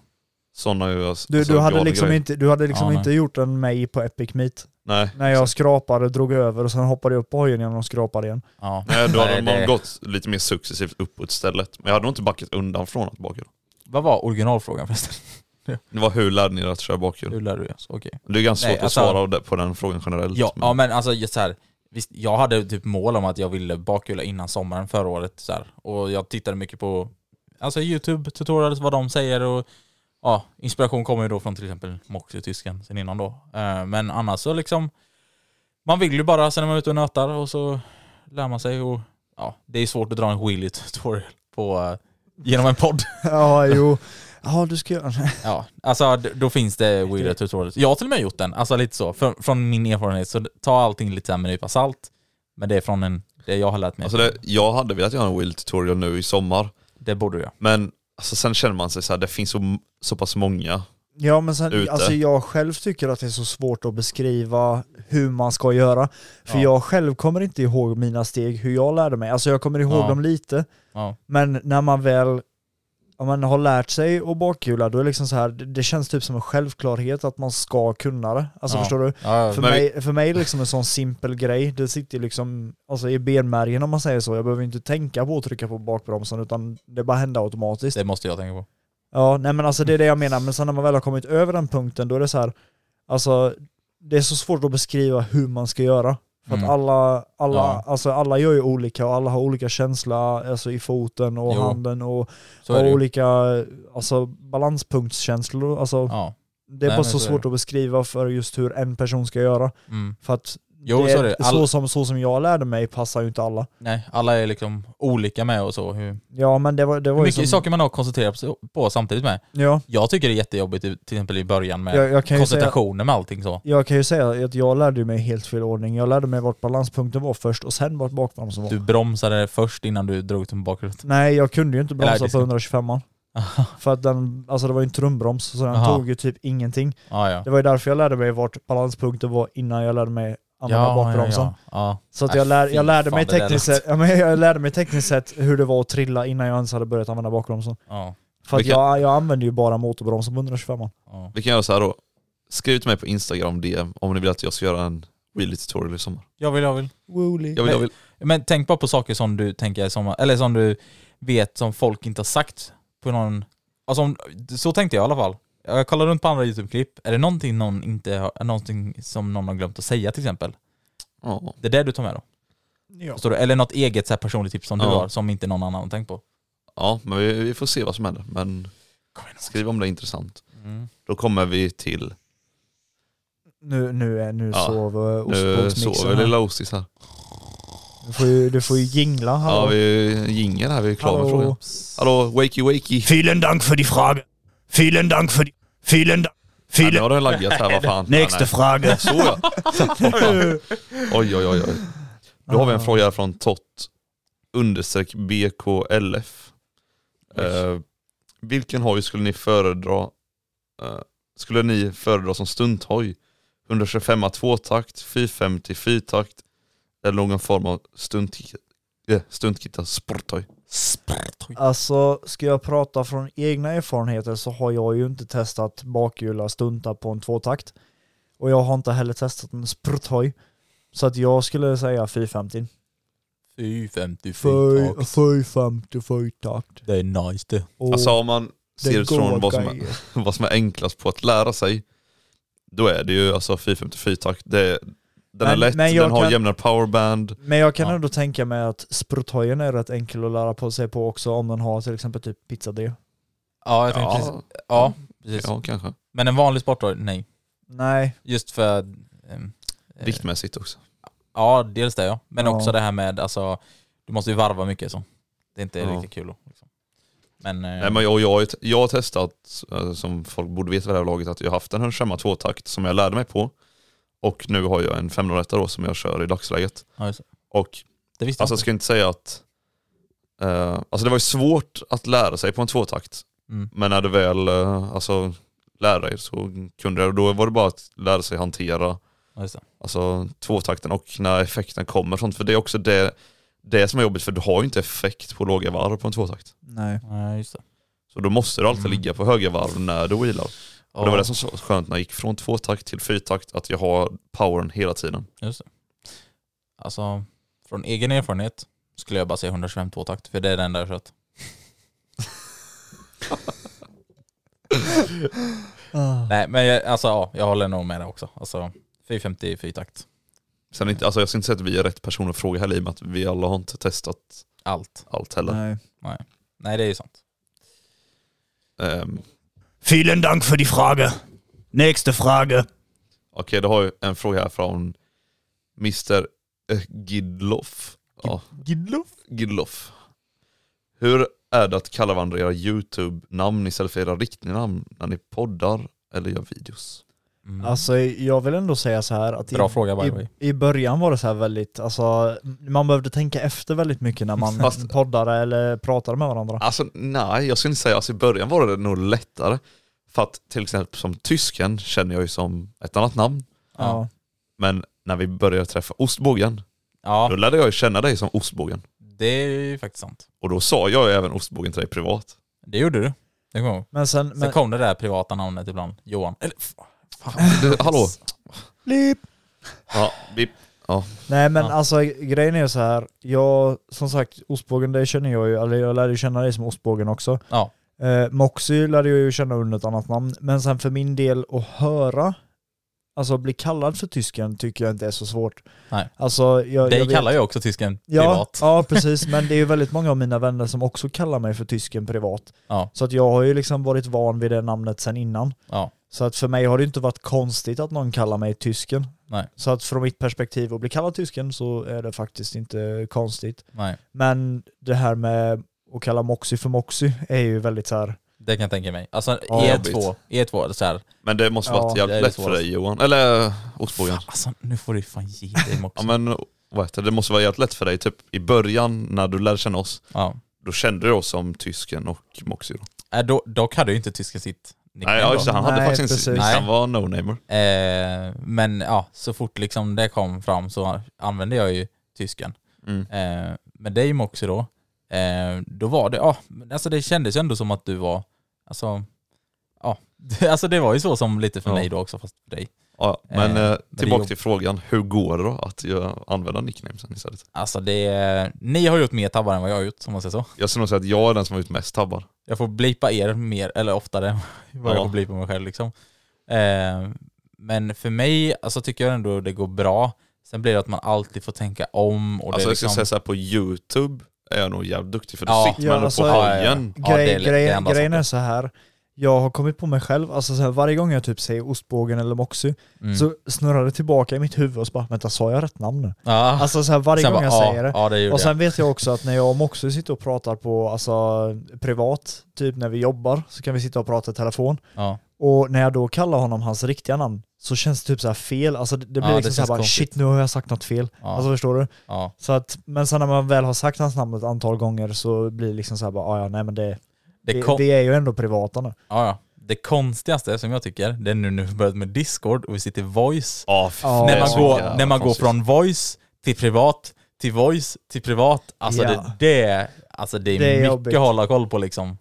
Speaker 1: sådana alltså,
Speaker 2: Du, du hade
Speaker 1: galna
Speaker 2: liksom
Speaker 1: grejer.
Speaker 2: inte, du hade liksom
Speaker 3: Ja, nej.
Speaker 2: inte gjort en mig på Epic Meet.
Speaker 1: Nej.
Speaker 2: När jag skrapade, drog över och sen hoppade jag upp på hojen igen och skrapade igen. (laughs)
Speaker 3: ja.
Speaker 1: Nej, då hade
Speaker 3: Nej, det-
Speaker 1: man gått lite mer successivt uppåt istället. Men jag hade nog inte backat undan från att bakhjul.
Speaker 3: Vad var originalfrågan förresten?
Speaker 1: Det var hur lärde ni er att köra bakhjul?
Speaker 3: Hur lär du dig? Alltså, Okej.
Speaker 1: Det är ganska
Speaker 3: Nej,
Speaker 1: svårt
Speaker 3: alltså-
Speaker 1: att svara på den frågan generellt.
Speaker 3: Ja,
Speaker 1: men
Speaker 3: ja men alltså just så här, visst, jag hade typ mål om att jag ville bakhjula innan sommaren förra året så här, och jag tittade mycket på alltså youtube tutorials vad de säger och ja, inspiration kommer ju då från till exempel Moxie tysken sen innan då. Eh, men annars så liksom, man vill ju bara sen när man är ute och nötar och så lär man sig och ja, det är svårt att dra en wheelie tutorial på eh, genom en podd.
Speaker 2: Ja, jo. Ja, du ska göra det.
Speaker 3: Ja, alltså d- då finns det weirda tutorials. Jag har till och med gjort den, alltså lite så, från, från min erfarenhet. Så ta allting lite så här med en nypa salt. Men det är från en, det jag har lärt mig.
Speaker 1: Alltså det, jag hade velat göra en wheel tutorial nu i sommar,
Speaker 3: det borde jag.
Speaker 1: men alltså, sen känner man sig så här, det finns så, så pass många.
Speaker 2: Ja, men sen,
Speaker 1: Ute.
Speaker 2: alltså jag själv tycker att det är så svårt att beskriva hur man ska göra. För
Speaker 3: Ja.
Speaker 2: jag själv kommer inte ihåg mina steg, hur jag lärde mig. Alltså jag kommer ihåg
Speaker 3: Ja.
Speaker 2: dem lite,
Speaker 3: Ja.
Speaker 2: men när man väl om man har lärt sig att bakhjula, då är det liksom så här, det, det känns typ som en självklarhet att man ska kunna det. Alltså
Speaker 3: ja.
Speaker 2: förstår du?
Speaker 3: Ja,
Speaker 2: För
Speaker 1: Men vi-
Speaker 2: mig, för mig är det liksom en sån simpel grej, det sitter ju liksom alltså i benmärgen om man säger så. Jag behöver inte tänka på att trycka på bakbromsen utan det bara händer automatiskt.
Speaker 3: det måste jag tänka på.
Speaker 2: Ja, nej men alltså det är det jag menar. Men sen när man väl har kommit över den punkten, då är det så här, alltså det är så svårt att beskriva hur man ska göra. För att
Speaker 3: Mm.
Speaker 2: alla, alla,
Speaker 3: Ja.
Speaker 2: alltså alla gör ju olika och alla har olika känsla alltså i foten och
Speaker 3: Jo,
Speaker 2: handen och,
Speaker 3: Så är
Speaker 2: och
Speaker 3: det ju.
Speaker 2: olika alltså, balanspunktskänslor. Alltså,
Speaker 3: Ja.
Speaker 2: Det är
Speaker 3: Nej,
Speaker 2: bara
Speaker 3: men
Speaker 2: så
Speaker 3: så är
Speaker 2: svårt att beskriva för just hur en person ska göra.
Speaker 3: Mm.
Speaker 2: För att
Speaker 3: Jo,
Speaker 2: det,
Speaker 3: så är det. All-
Speaker 2: så, som, så som jag lärde mig passar ju inte alla.
Speaker 3: Nej, alla är liksom olika med och så. Hur,
Speaker 2: Ja men det var, det
Speaker 3: hur
Speaker 2: var ju
Speaker 3: mycket
Speaker 2: som,
Speaker 3: saker man har koncentrerat på, på samtidigt med.
Speaker 2: ja,
Speaker 3: Jag tycker det är jättejobbigt i- till exempel i början med
Speaker 2: jag, jag kan ju säga,
Speaker 3: koncentrationen med allting så.
Speaker 2: Jag kan ju säga att jag lärde mig helt fel ordning. Jag lärde mig vart balanspunkten var först och sen vart bakbromsen var.
Speaker 3: Du bromsade först innan du drog till bakrutan.
Speaker 2: Nej, jag kunde ju inte
Speaker 3: Eller,
Speaker 2: bromsa
Speaker 3: det
Speaker 2: på
Speaker 3: ska-
Speaker 2: 125 För att den, alltså det var ju en trumbroms, så den
Speaker 3: Aha.
Speaker 2: tog ju typ ingenting.
Speaker 3: Ja, ja.
Speaker 2: Det var ju därför jag lärde mig vart balanspunkten var innan jag lärde mig använda bakbromsen.
Speaker 3: Ja, ja.
Speaker 2: Så att
Speaker 3: Nej,
Speaker 2: jag, lär, jag,
Speaker 3: fy
Speaker 2: lärde
Speaker 3: fan,
Speaker 2: mig
Speaker 3: det där
Speaker 2: tekniskt
Speaker 3: lät-
Speaker 2: sett, ja, men jag lärde mig tekniskt sett hur det var att trilla innan jag ens hade börjat använda bakbromsen.
Speaker 3: ja,
Speaker 2: För att
Speaker 1: Vilka-
Speaker 2: jag, jag använde ju bara motorbroms på 125
Speaker 3: ja.
Speaker 1: Vi kan göra så här då, skriv till mig på Instagram DM om ni vill att jag ska göra en wheelie tutorial i sommar.
Speaker 3: Jag vill, jag vill.
Speaker 2: Wooly.
Speaker 1: Jag vill, jag vill.
Speaker 3: Men tänk bara på saker som du tänker som, eller som du vet som folk inte har sagt på någon... Alltså, om- så tänkte jag i alla fall. Jag kollar runt på andra YouTube-klipp. Är det någonting, någon inte har, någonting som någon har glömt att säga till exempel?
Speaker 1: Ja.
Speaker 3: Det är det du tar med då?
Speaker 2: Ja.
Speaker 3: Förstår du? Eller något eget så här, personligt tips som du
Speaker 1: Ja.
Speaker 3: har som inte någon annan har tänkt på?
Speaker 1: Ja, men vi, vi får se vad som händer. Men skriv om det är intressant.
Speaker 3: Mm.
Speaker 1: Då kommer vi till,
Speaker 2: Nu, nu, är- nu
Speaker 1: Ja.
Speaker 2: sover
Speaker 1: nu sover
Speaker 2: ostbågsmixen.
Speaker 1: lilla Ostis här.
Speaker 2: Du får ju, du får ju jingla.
Speaker 1: Ja,
Speaker 2: hallå.
Speaker 1: vi jingel här, vi är klara med
Speaker 2: Hallå.
Speaker 1: frågan. Hallå, wakey wakey.
Speaker 4: Vielen Dank für die Frage. Vielen Dank för die... Vielen Dank...
Speaker 1: Ja, nu
Speaker 4: Vielen...
Speaker 1: har det laggat här, vad fan.
Speaker 4: Nächste
Speaker 1: Ja,
Speaker 4: Frage.
Speaker 1: nej. Så ja. Oj, oj, oj. oj. Då har vi
Speaker 2: Ah.
Speaker 1: en fråga här från Tott understreck BKLF. Eh, vilken hoj skulle ni föredra eh, skulle ni föredra som stunthoj? 125 tvåtakt, 450 fyrtakt eller någon form av stuntkita, eh, stuntkita sporthoj?
Speaker 2: (laughs) Alltså, ska jag prata från egna erfarenheter så har jag ju inte testat bakhjula stunta på en tvåtakt. Och jag har inte heller testat en spruthoj. Så att jag skulle säga 450.
Speaker 3: 450
Speaker 2: Fyr-
Speaker 3: fyrtakt.
Speaker 2: 450 fyrtakt.
Speaker 3: Det är nice det.
Speaker 2: Och
Speaker 1: Alltså om man
Speaker 2: det
Speaker 1: ser
Speaker 2: går
Speaker 1: utifrån vad som, är,
Speaker 2: grejer.
Speaker 1: (laughs) vad som är enklast på att lära sig, då är det ju alltså 454 takt. Det, den är
Speaker 2: Men-
Speaker 1: lätt,
Speaker 2: men jag
Speaker 1: den har
Speaker 2: kan-
Speaker 1: jämnare powerband.
Speaker 2: Men jag kan
Speaker 3: Ja.
Speaker 2: ändå tänka mig att sprutthojen är rätt enkel att lära på sig på också om den har till exempel typ pizzadeg.
Speaker 3: Ja, jag tänkte precis.
Speaker 1: Ja,
Speaker 3: Ja, precis.
Speaker 1: ja, kanske.
Speaker 2: Eh.
Speaker 3: Men en vanlig sportdoj, nej.
Speaker 2: Nej,
Speaker 3: Just för... ehm, eh,
Speaker 1: Viktmässigt också.
Speaker 3: Ja, dels det ja. Men
Speaker 2: Ja.
Speaker 3: också det här med, alltså, du måste ju varva mycket så. Det är inte
Speaker 1: Ja.
Speaker 3: riktigt kul. att, Liksom. Men, eh,
Speaker 1: Nej, men jag, jag, har ju- jag har testat, eh, som folk borde veta vid det här laget, att jag har haft en Hörnshemma tvåtakt som jag lärde mig på. Och nu har jag en 501 då som jag kör i dagsläget.
Speaker 3: ja, just det.
Speaker 1: Och
Speaker 3: det visste
Speaker 1: alltså, jag
Speaker 3: jag inte.
Speaker 1: ska inte säga att... Eh, alltså det var ju svårt att lära sig på en tvåtakt.
Speaker 3: Mm.
Speaker 1: Men när du väl eh, alltså, lärde dig så kunde jag, då var det bara att lära sig hantera
Speaker 3: Ja, just det.
Speaker 1: alltså, tvåtakten och när effekten kommer. och Sånt. För det är också det, det som är jobbigt, för du har ju inte effekt på låga varv på en tvåtakt.
Speaker 2: nej.
Speaker 3: Ja, just det.
Speaker 1: Så då måste du alltid
Speaker 3: Mm.
Speaker 1: ligga på höga varv när du wheelar. Och det var det som var så skönt när jag gick från tvåtakt till fyrtakt, att jag har powern hela tiden.
Speaker 3: Alltså, från egen erfarenhet skulle jag bara säga 125 tvåtakt, för det är den där jag kört.
Speaker 2: Ah.
Speaker 3: Nej, men jag, alltså, ja, jag håller nog med det också. Alltså, 450 fyrtakt.
Speaker 1: Sen inte, alltså jag ska inte säga att vi är rätt person att fråga heller i och med att vi alla har inte testat
Speaker 3: Allt.
Speaker 1: allt heller.
Speaker 2: nej.
Speaker 3: Nej, det är ju sant.
Speaker 1: Ehm,
Speaker 4: Vielen Dank für die Frage. Nächste Frage.
Speaker 1: Okej, då har jag en fråga här från Mr eh, Gidloff. Ja.
Speaker 3: Gidloff?
Speaker 1: Gidloff. Hur är det att kalla varandra era YouTube-namn istället för era riktiga namn när ni poddar eller gör videos?
Speaker 3: Mm.
Speaker 2: Alltså jag vill ändå säga så här att
Speaker 3: Bra
Speaker 2: i,
Speaker 3: fråga by the way.
Speaker 2: i, i början var det så här väldigt, alltså man behövde tänka efter väldigt mycket när
Speaker 3: (laughs)
Speaker 2: man
Speaker 1: Fast-
Speaker 2: poddade eller pratade med varandra.
Speaker 1: Alltså nej, jag skulle inte säga, alltså, i början var det nog lättare. För att till exempel som tysken känner jag ju som ett annat namn.
Speaker 2: Ja.
Speaker 1: Men när vi började träffa ostbågen, då
Speaker 3: Ja,
Speaker 1: lärde jag ju känna dig som ostbågen.
Speaker 3: det är ju faktiskt sant.
Speaker 1: Och då sa jag ju även ostbågen till dig privat.
Speaker 3: Det gjorde du. Det kom.
Speaker 2: Men sen,
Speaker 3: Sen
Speaker 2: men,
Speaker 3: kom det där privata namnet ibland. Johan. Eller, f-
Speaker 1: Du, (laughs) hallå?
Speaker 2: Blip.
Speaker 1: Ja, vi,
Speaker 2: nej men
Speaker 3: Ja.
Speaker 2: alltså grejen är ju så här, jag, som sagt ostbågen det känner jag ju, eller jag lärde ju känna dig som ostbågen också.
Speaker 3: Ja.
Speaker 2: Eh, Moxie lärde jag ju känna under ett annat namn, men sen för min del att höra, alltså bli kallad för tysken tycker jag inte är så svårt.
Speaker 3: Nej.
Speaker 2: Alltså, jag,
Speaker 3: Dig
Speaker 2: jag vet-
Speaker 3: kallar jag också tysken
Speaker 2: Ja,
Speaker 3: privat.
Speaker 2: ja precis, men det är ju väldigt många av mina vänner som också kallar mig för tysken privat.
Speaker 3: Ja.
Speaker 2: Så att jag har ju liksom varit van vid det namnet sen innan.
Speaker 3: Ja.
Speaker 2: Så att för mig har det ju inte varit konstigt att någon kallar mig tysken.
Speaker 3: Nej.
Speaker 2: Så att från mitt perspektiv att bli kallad tysken så är det faktiskt inte konstigt.
Speaker 3: Nej,
Speaker 2: Men det här med att kalla Moxie för Moxie är ju väldigt så här.
Speaker 3: det kan jag tänka mig. Alltså
Speaker 2: Ja,
Speaker 3: E2, E2 är det så här.
Speaker 1: Men det måste varit
Speaker 2: Ja,
Speaker 1: jävligt
Speaker 3: det är det
Speaker 1: lätt för
Speaker 3: svåraste.
Speaker 1: dig Johan, eller ostbågen.
Speaker 3: Fan, alltså nu får du fan ge (laughs) dig
Speaker 1: Ja
Speaker 3: också.
Speaker 1: men vad heter det, det måste vara jävligt lätt för dig typ i början när du lärde känna oss,
Speaker 3: ja.
Speaker 1: då kände du oss som tysken och Moxie då.
Speaker 3: Äh, då, dock hade ju inte tysken sitt
Speaker 1: Nej ja, just det,
Speaker 3: då.
Speaker 1: han hade
Speaker 2: Nej,
Speaker 1: faktiskt
Speaker 2: precis.
Speaker 1: inte,
Speaker 3: Nej.
Speaker 1: han var no-namer.
Speaker 3: eh, Men ja, så fort liksom det kom fram så använde jag ju tysken.
Speaker 1: Mm.
Speaker 3: Eh, med dig Moxie då, eh, då var det, ja, men alltså det kändes ju ändå som att du var, alltså, ja, (laughs) alltså det var ju så som lite för
Speaker 1: Ja.
Speaker 3: mig då också, fast för dig.
Speaker 1: Ja, men
Speaker 3: Eh,
Speaker 1: eh,
Speaker 3: men det är
Speaker 1: tillbaka
Speaker 3: jobb-
Speaker 1: till frågan, hur går det då att jag använda nicknamesen istället?
Speaker 3: Alltså det, ni har gjort mer tabbar än vad jag har gjort, om man säger så.
Speaker 1: Jag skulle nog säga att jag är den som har gjort mest tabbar.
Speaker 3: Jag får blipa er mer, eller oftare (laughs) än vad
Speaker 1: Ja.
Speaker 3: jag får blipa mig själv liksom. Eh, men för mig, alltså tycker jag ändå det går bra. Sen blir det att man alltid får tänka om och
Speaker 1: Alltså
Speaker 3: det är
Speaker 1: jag skulle
Speaker 3: liksom...
Speaker 1: säga såhär på youtube är jag nog jävligt duktig för då
Speaker 3: Ja.
Speaker 1: sitter man
Speaker 2: Ja,
Speaker 1: ändå
Speaker 2: alltså,
Speaker 1: på
Speaker 2: ja,
Speaker 3: ja, ja.
Speaker 1: hojen.
Speaker 3: Ja, det är-
Speaker 2: Grej,
Speaker 3: det är
Speaker 2: grejen,
Speaker 3: enda
Speaker 2: grejen är
Speaker 3: sättet.
Speaker 2: så här. jag har kommit på mig själv, alltså så här, varje gång jag typ säger ostbågen eller moxie
Speaker 3: mm.
Speaker 2: så snurrar det tillbaka i mitt huvud och så bara vänta, sa jag rätt namn nu?
Speaker 3: Ja.
Speaker 2: Alltså så här, varje
Speaker 3: Ah. Sen
Speaker 2: gång
Speaker 3: bara,
Speaker 2: jag
Speaker 3: ja,
Speaker 2: säger det.
Speaker 3: Ja, det gjorde
Speaker 2: Och sen
Speaker 3: jag.
Speaker 2: vet jag också att när jag och Moxie sitter och pratar på, alltså privat, typ när vi jobbar, så kan vi sitta och prata i telefon.
Speaker 3: Ja.
Speaker 2: Och när jag då kallar honom hans riktiga namn så känns det typ så här fel, alltså det, det blir
Speaker 3: Ja, det
Speaker 2: liksom så här
Speaker 3: känns
Speaker 2: bara
Speaker 3: konstigt.
Speaker 2: shit nu har jag sagt något fel.
Speaker 3: Ja.
Speaker 2: Alltså förstår du?
Speaker 3: Ja.
Speaker 2: Så att, men sen när man väl har sagt hans namn ett antal gånger så blir det liksom så här bara "Ah, ja nej men det,
Speaker 3: Det
Speaker 2: vi,
Speaker 3: kom-
Speaker 2: vi är ju ändå privata nu.
Speaker 3: Ja, ja. Det konstigaste som jag tycker, det är nu när vi börjat med Discord och vi sitter i voice.
Speaker 1: Ja, fy
Speaker 2: Ja.
Speaker 1: det
Speaker 3: när
Speaker 1: är
Speaker 3: man,
Speaker 1: så
Speaker 3: går,
Speaker 1: jävla
Speaker 3: när man går
Speaker 1: konstigt.
Speaker 3: från voice till privat, till voice, till privat. Alltså,
Speaker 2: Ja.
Speaker 3: det, det, är- alltså det är,
Speaker 2: Det är
Speaker 3: mycket
Speaker 2: jobbigt.
Speaker 3: att hålla koll på liksom.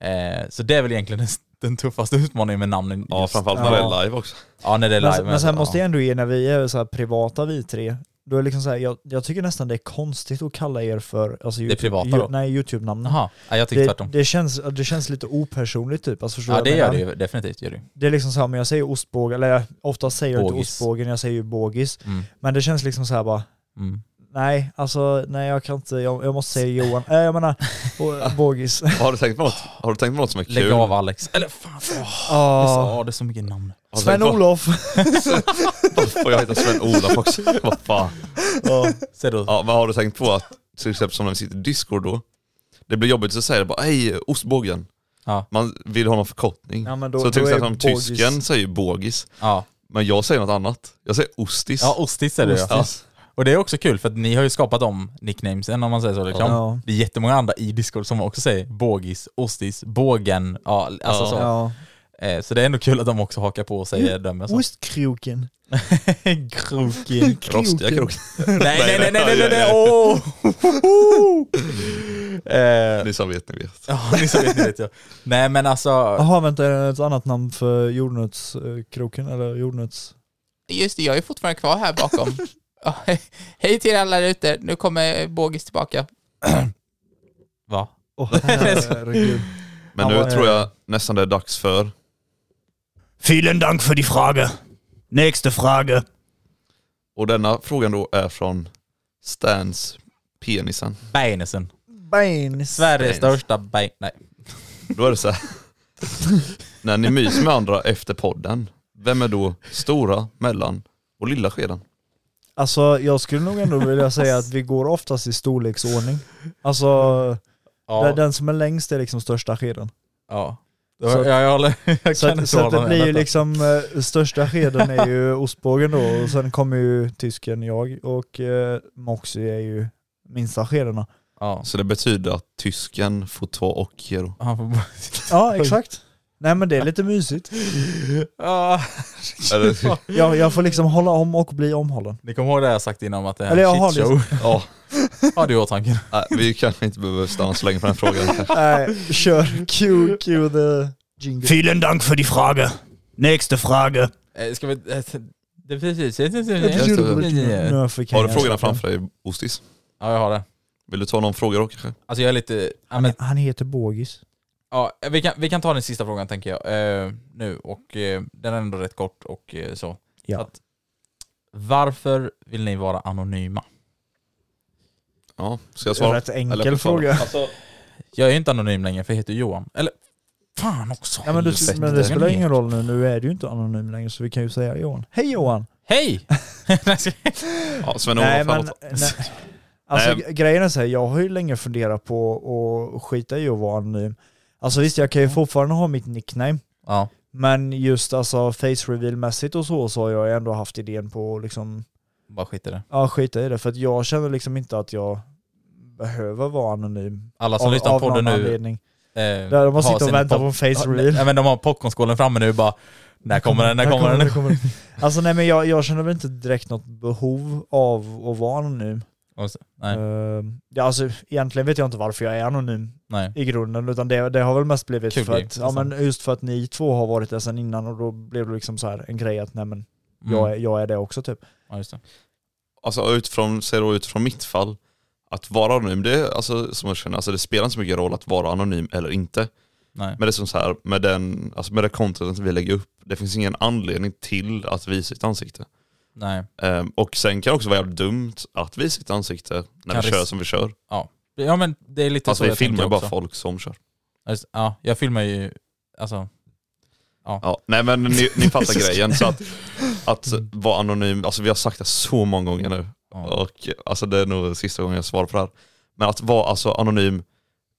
Speaker 3: Eh, så det är väl egentligen (laughs) den, den tuffaste utmaningen med namnen.
Speaker 1: Ja,
Speaker 3: just.
Speaker 1: framförallt när det
Speaker 2: Ja.
Speaker 1: är live också.
Speaker 3: ja när det är
Speaker 2: Men,
Speaker 3: live.
Speaker 2: men sen måste
Speaker 3: ja.
Speaker 2: jag ändå ge, när vi är så här privata vi tre, då är det liksom så här, jag, jag tycker nästan det är konstigt att kalla er för alltså, YouTube,
Speaker 3: privata
Speaker 2: ju-
Speaker 3: då?
Speaker 2: Nej, YouTube-namn.
Speaker 3: Jaha, ja, jag tycker
Speaker 2: Det,
Speaker 3: tvärtom.
Speaker 2: det, känns, det känns lite opersonligt typ. Alltså, förstår
Speaker 3: ja
Speaker 2: du
Speaker 3: det
Speaker 2: vad jag
Speaker 3: gör det
Speaker 2: menar?
Speaker 3: ju, definitivt gör det ju.
Speaker 2: Det är liksom så här, men jag säger ostbåge, eller jag- ofta säger jag inte
Speaker 3: Bågis.
Speaker 2: ostbågen, jag säger ju bågis.
Speaker 3: Mm.
Speaker 2: Men det känns liksom så här bara,
Speaker 3: Mm.
Speaker 2: nej, alltså nej jag kan inte, jag, jag måste säga Johan, äh, jag
Speaker 3: (laughs)
Speaker 2: menar och- bågis.
Speaker 1: Har du tänkt på något, har du tänkt på något som är kul? (laughs)
Speaker 3: Lägg av Alex. Eller fan, åh, det, är
Speaker 2: (laughs)
Speaker 3: så,
Speaker 2: Oh.
Speaker 3: åh, det är så mycket namn.
Speaker 1: Har du tänkt på-
Speaker 2: Sven-Olof.
Speaker 1: Får jag heta Sven-Olof också? Vad fan.
Speaker 3: Ser du?
Speaker 1: Ja, men har du tänkt på att till exempel som när vi sitter i Discord då, det blir jobbigt att säga bara hej ostbågen.
Speaker 3: Ja.
Speaker 1: Man vill ha någon förkortning.
Speaker 2: Ja, men då-
Speaker 1: så till
Speaker 2: då är
Speaker 1: exempel om
Speaker 2: bågis-
Speaker 1: tysken säger bågis,
Speaker 3: Ja.
Speaker 1: men jag säger något annat. Jag säger ostis.
Speaker 3: Ja, ostis är det ju. Ja.
Speaker 1: Ostis.
Speaker 3: Och det är också kul för att ni har ju skapat om nicknamesen om man säger så. Liksom.
Speaker 2: Ja.
Speaker 3: Det är jättemånga andra i Discord som också säger bågis, ostis, bågen, ja, alltså
Speaker 1: Ja.
Speaker 3: så.
Speaker 2: Ja.
Speaker 3: Eh, så det är ändå kul att de också hakar på och säger dem. och så.
Speaker 2: Ostkroken.
Speaker 3: (laughs) Kroken.
Speaker 1: Rostiga krok.
Speaker 3: nej, nej, nej, nej, nej, nej, nej,
Speaker 1: nej.
Speaker 3: åh!
Speaker 1: (laughs)
Speaker 3: (laughs) eh, (laughs)
Speaker 1: Ni som vet, ni vet.
Speaker 3: ja, ni som vet, ni vet ja. Nej men alltså,
Speaker 2: Jaha vänta, är det ett annat namn för jordnötskroken eller jordnöts...
Speaker 5: Just det, jag är fortfarande kvar här
Speaker 3: (laughs)
Speaker 5: bakom. Ja, he- Hej till er alla där ute, nu kommer Bågis tillbaka.
Speaker 3: (clears throat) va?
Speaker 2: Åh
Speaker 3: (laughs)
Speaker 2: herregud.
Speaker 1: Men
Speaker 2: Ja,
Speaker 1: nu
Speaker 2: vad är
Speaker 1: tror
Speaker 2: det?
Speaker 1: jag nästan det är dags för
Speaker 4: eh, Vielen Dank für die Frage. Nächste Frage.
Speaker 1: Och denna frågan då är från Stans penisen.
Speaker 3: Beinesen.
Speaker 2: Baines.
Speaker 3: Sveriges största bein... Nej.
Speaker 1: Då är det
Speaker 4: (laughs)
Speaker 1: så här. När ni myser med andra efter podden, vem är då stora, mellan och lilla skeden?
Speaker 2: Alltså jag skulle nog ändå vilja säga att vi går oftast i storleksordning. Alltså
Speaker 3: Ja.
Speaker 2: den- den som är längst är liksom största skeden.
Speaker 3: ja.
Speaker 2: Så
Speaker 3: Jag,
Speaker 2: att-
Speaker 3: jag, håller, jag
Speaker 2: Så,
Speaker 3: kan inte
Speaker 2: att, så att
Speaker 3: hålla
Speaker 2: det
Speaker 3: med
Speaker 2: blir ju
Speaker 3: detta.
Speaker 2: liksom, eh, största skeden är ju ostbågen då och sen kommer ju tysken, jag och eh, Moxie är ju minsta skedena.
Speaker 3: Ja.
Speaker 1: Så det betyder att tysken får ta och ge då.
Speaker 3: Han får
Speaker 2: Ja exakt. Nej men det är lite mysigt.
Speaker 3: (laughs) Ja.
Speaker 2: (laughs)
Speaker 1: Eller-
Speaker 2: Jag, jag får liksom hålla om och bli omhållen.
Speaker 3: Ni kommer ihåg det jag sagt innan om att det är
Speaker 2: Eller jag
Speaker 3: en
Speaker 2: har liksom-
Speaker 3: shitshow? (laughs)
Speaker 1: Ja,
Speaker 3: Har du i åtanke?
Speaker 1: nej, vi kanske inte behöver stanna så länge på den här frågan. kanske.
Speaker 2: Nej, kör Q, Q the jingle.
Speaker 4: Vielen Dank für die Frage. Nächste Frage.
Speaker 3: Eh, Ska vi... eh, Det är precis...
Speaker 2: Nu fick jag
Speaker 1: Har du
Speaker 2: hjärnsläpp
Speaker 1: frågorna
Speaker 2: igen.
Speaker 1: framför dig, Ostis?
Speaker 3: Ja, jag har det.
Speaker 1: Vill du ta någon fråga då kanske?
Speaker 3: Alltså jag är lite... Ja, men,
Speaker 2: Han heter Bågis.
Speaker 3: ja, vi, kan, vi kan ta den sista frågan tänker jag eh, nu och eh, den är ändå rätt kort och eh, så.
Speaker 2: Ja.
Speaker 3: Att, varför vill ni vara anonyma?
Speaker 1: Ja, ska jag svara?
Speaker 2: Rätt enkel
Speaker 1: Eller-
Speaker 2: fråga.
Speaker 3: Alltså, jag är ju inte anonym längre för jag heter Johan. Eller fan också!
Speaker 2: Ja, men, du,
Speaker 3: helvete.
Speaker 2: men det spelar ingen roll nu, nu är du ju inte anonym längre så vi kan ju säga Johan. Hej Johan!
Speaker 3: Hej!
Speaker 2: (laughs)
Speaker 1: Ja, Sven-Olof
Speaker 2: men,
Speaker 1: Hallot.
Speaker 2: nej. Alltså
Speaker 1: Nej.
Speaker 2: g- grejen är så här, jag har ju länge funderat på att skita i att vara anonym. Alltså visst, jag kan ju fortfarande ha mitt nickname,
Speaker 3: ja.
Speaker 2: men just alltså face reveal-mässigt och så, så har jag ändå haft idén på att liksom,
Speaker 3: Bara skit i det.
Speaker 2: ja skita i det, för att jag känner liksom inte att jag behöver vara anonym.
Speaker 3: Alla som
Speaker 2: av,
Speaker 3: lyssnar
Speaker 2: av
Speaker 3: Alltså, på det
Speaker 2: någon
Speaker 3: nu
Speaker 2: anledning.
Speaker 3: Eh,
Speaker 2: Där de har
Speaker 3: har
Speaker 2: sitter och
Speaker 3: sina
Speaker 2: väntar
Speaker 3: pop-
Speaker 2: på en face
Speaker 3: Ja,
Speaker 2: reveal.
Speaker 3: Nej men de har popcornskålen framme nu bara, när kommer den, när kommer den?
Speaker 2: Alltså nej men jag, jag känner väl inte direkt något behov av att vara anonym.
Speaker 3: Och så- Nej,
Speaker 2: Ehm, ja, alltså, egentligen vet jag inte varför jag är anonym
Speaker 3: nej.
Speaker 2: i grunden, utan det, det har väl mest blivit
Speaker 3: Kul
Speaker 2: för
Speaker 3: grej,
Speaker 2: att, ja,
Speaker 3: liksom.
Speaker 2: men just för att ni två har varit det sedan innan och då blev det liksom så här en grej att nej men
Speaker 3: Mm.
Speaker 2: jag, är, jag är det också typ.
Speaker 3: Ja, just det.
Speaker 1: Alltså utifrån, säg då utifrån mitt fall, att vara anonym, det, är, alltså, som jag känner, alltså, det spelar inte så mycket roll att vara anonym eller inte.
Speaker 3: Nej.
Speaker 1: Men det är som så här, med, den, alltså med det contentet vi lägger upp, det finns ingen anledning till att visa ett ansikte.
Speaker 3: nej.
Speaker 1: Ehm, och sen kan det också vara jävligt dumt att visa ett ansikte när
Speaker 3: Kan
Speaker 1: vi
Speaker 3: ris-
Speaker 1: kör som vi kör.
Speaker 3: Ja men det är lite
Speaker 1: Alltså
Speaker 3: så
Speaker 1: vi
Speaker 3: jag tänker
Speaker 1: filmar bara
Speaker 3: också.
Speaker 1: folk som kör.
Speaker 3: Ja, just- Ja, jag filmar ju Alltså,
Speaker 1: Ja, nej men ni, ni
Speaker 3: (laughs)
Speaker 1: fattar grejen. Så att, att vara anonym, alltså vi har sagt det så många gånger nu.
Speaker 3: ja.
Speaker 1: Och alltså det är nog sista gången jag svarar på det här. Men att vara alltså anonym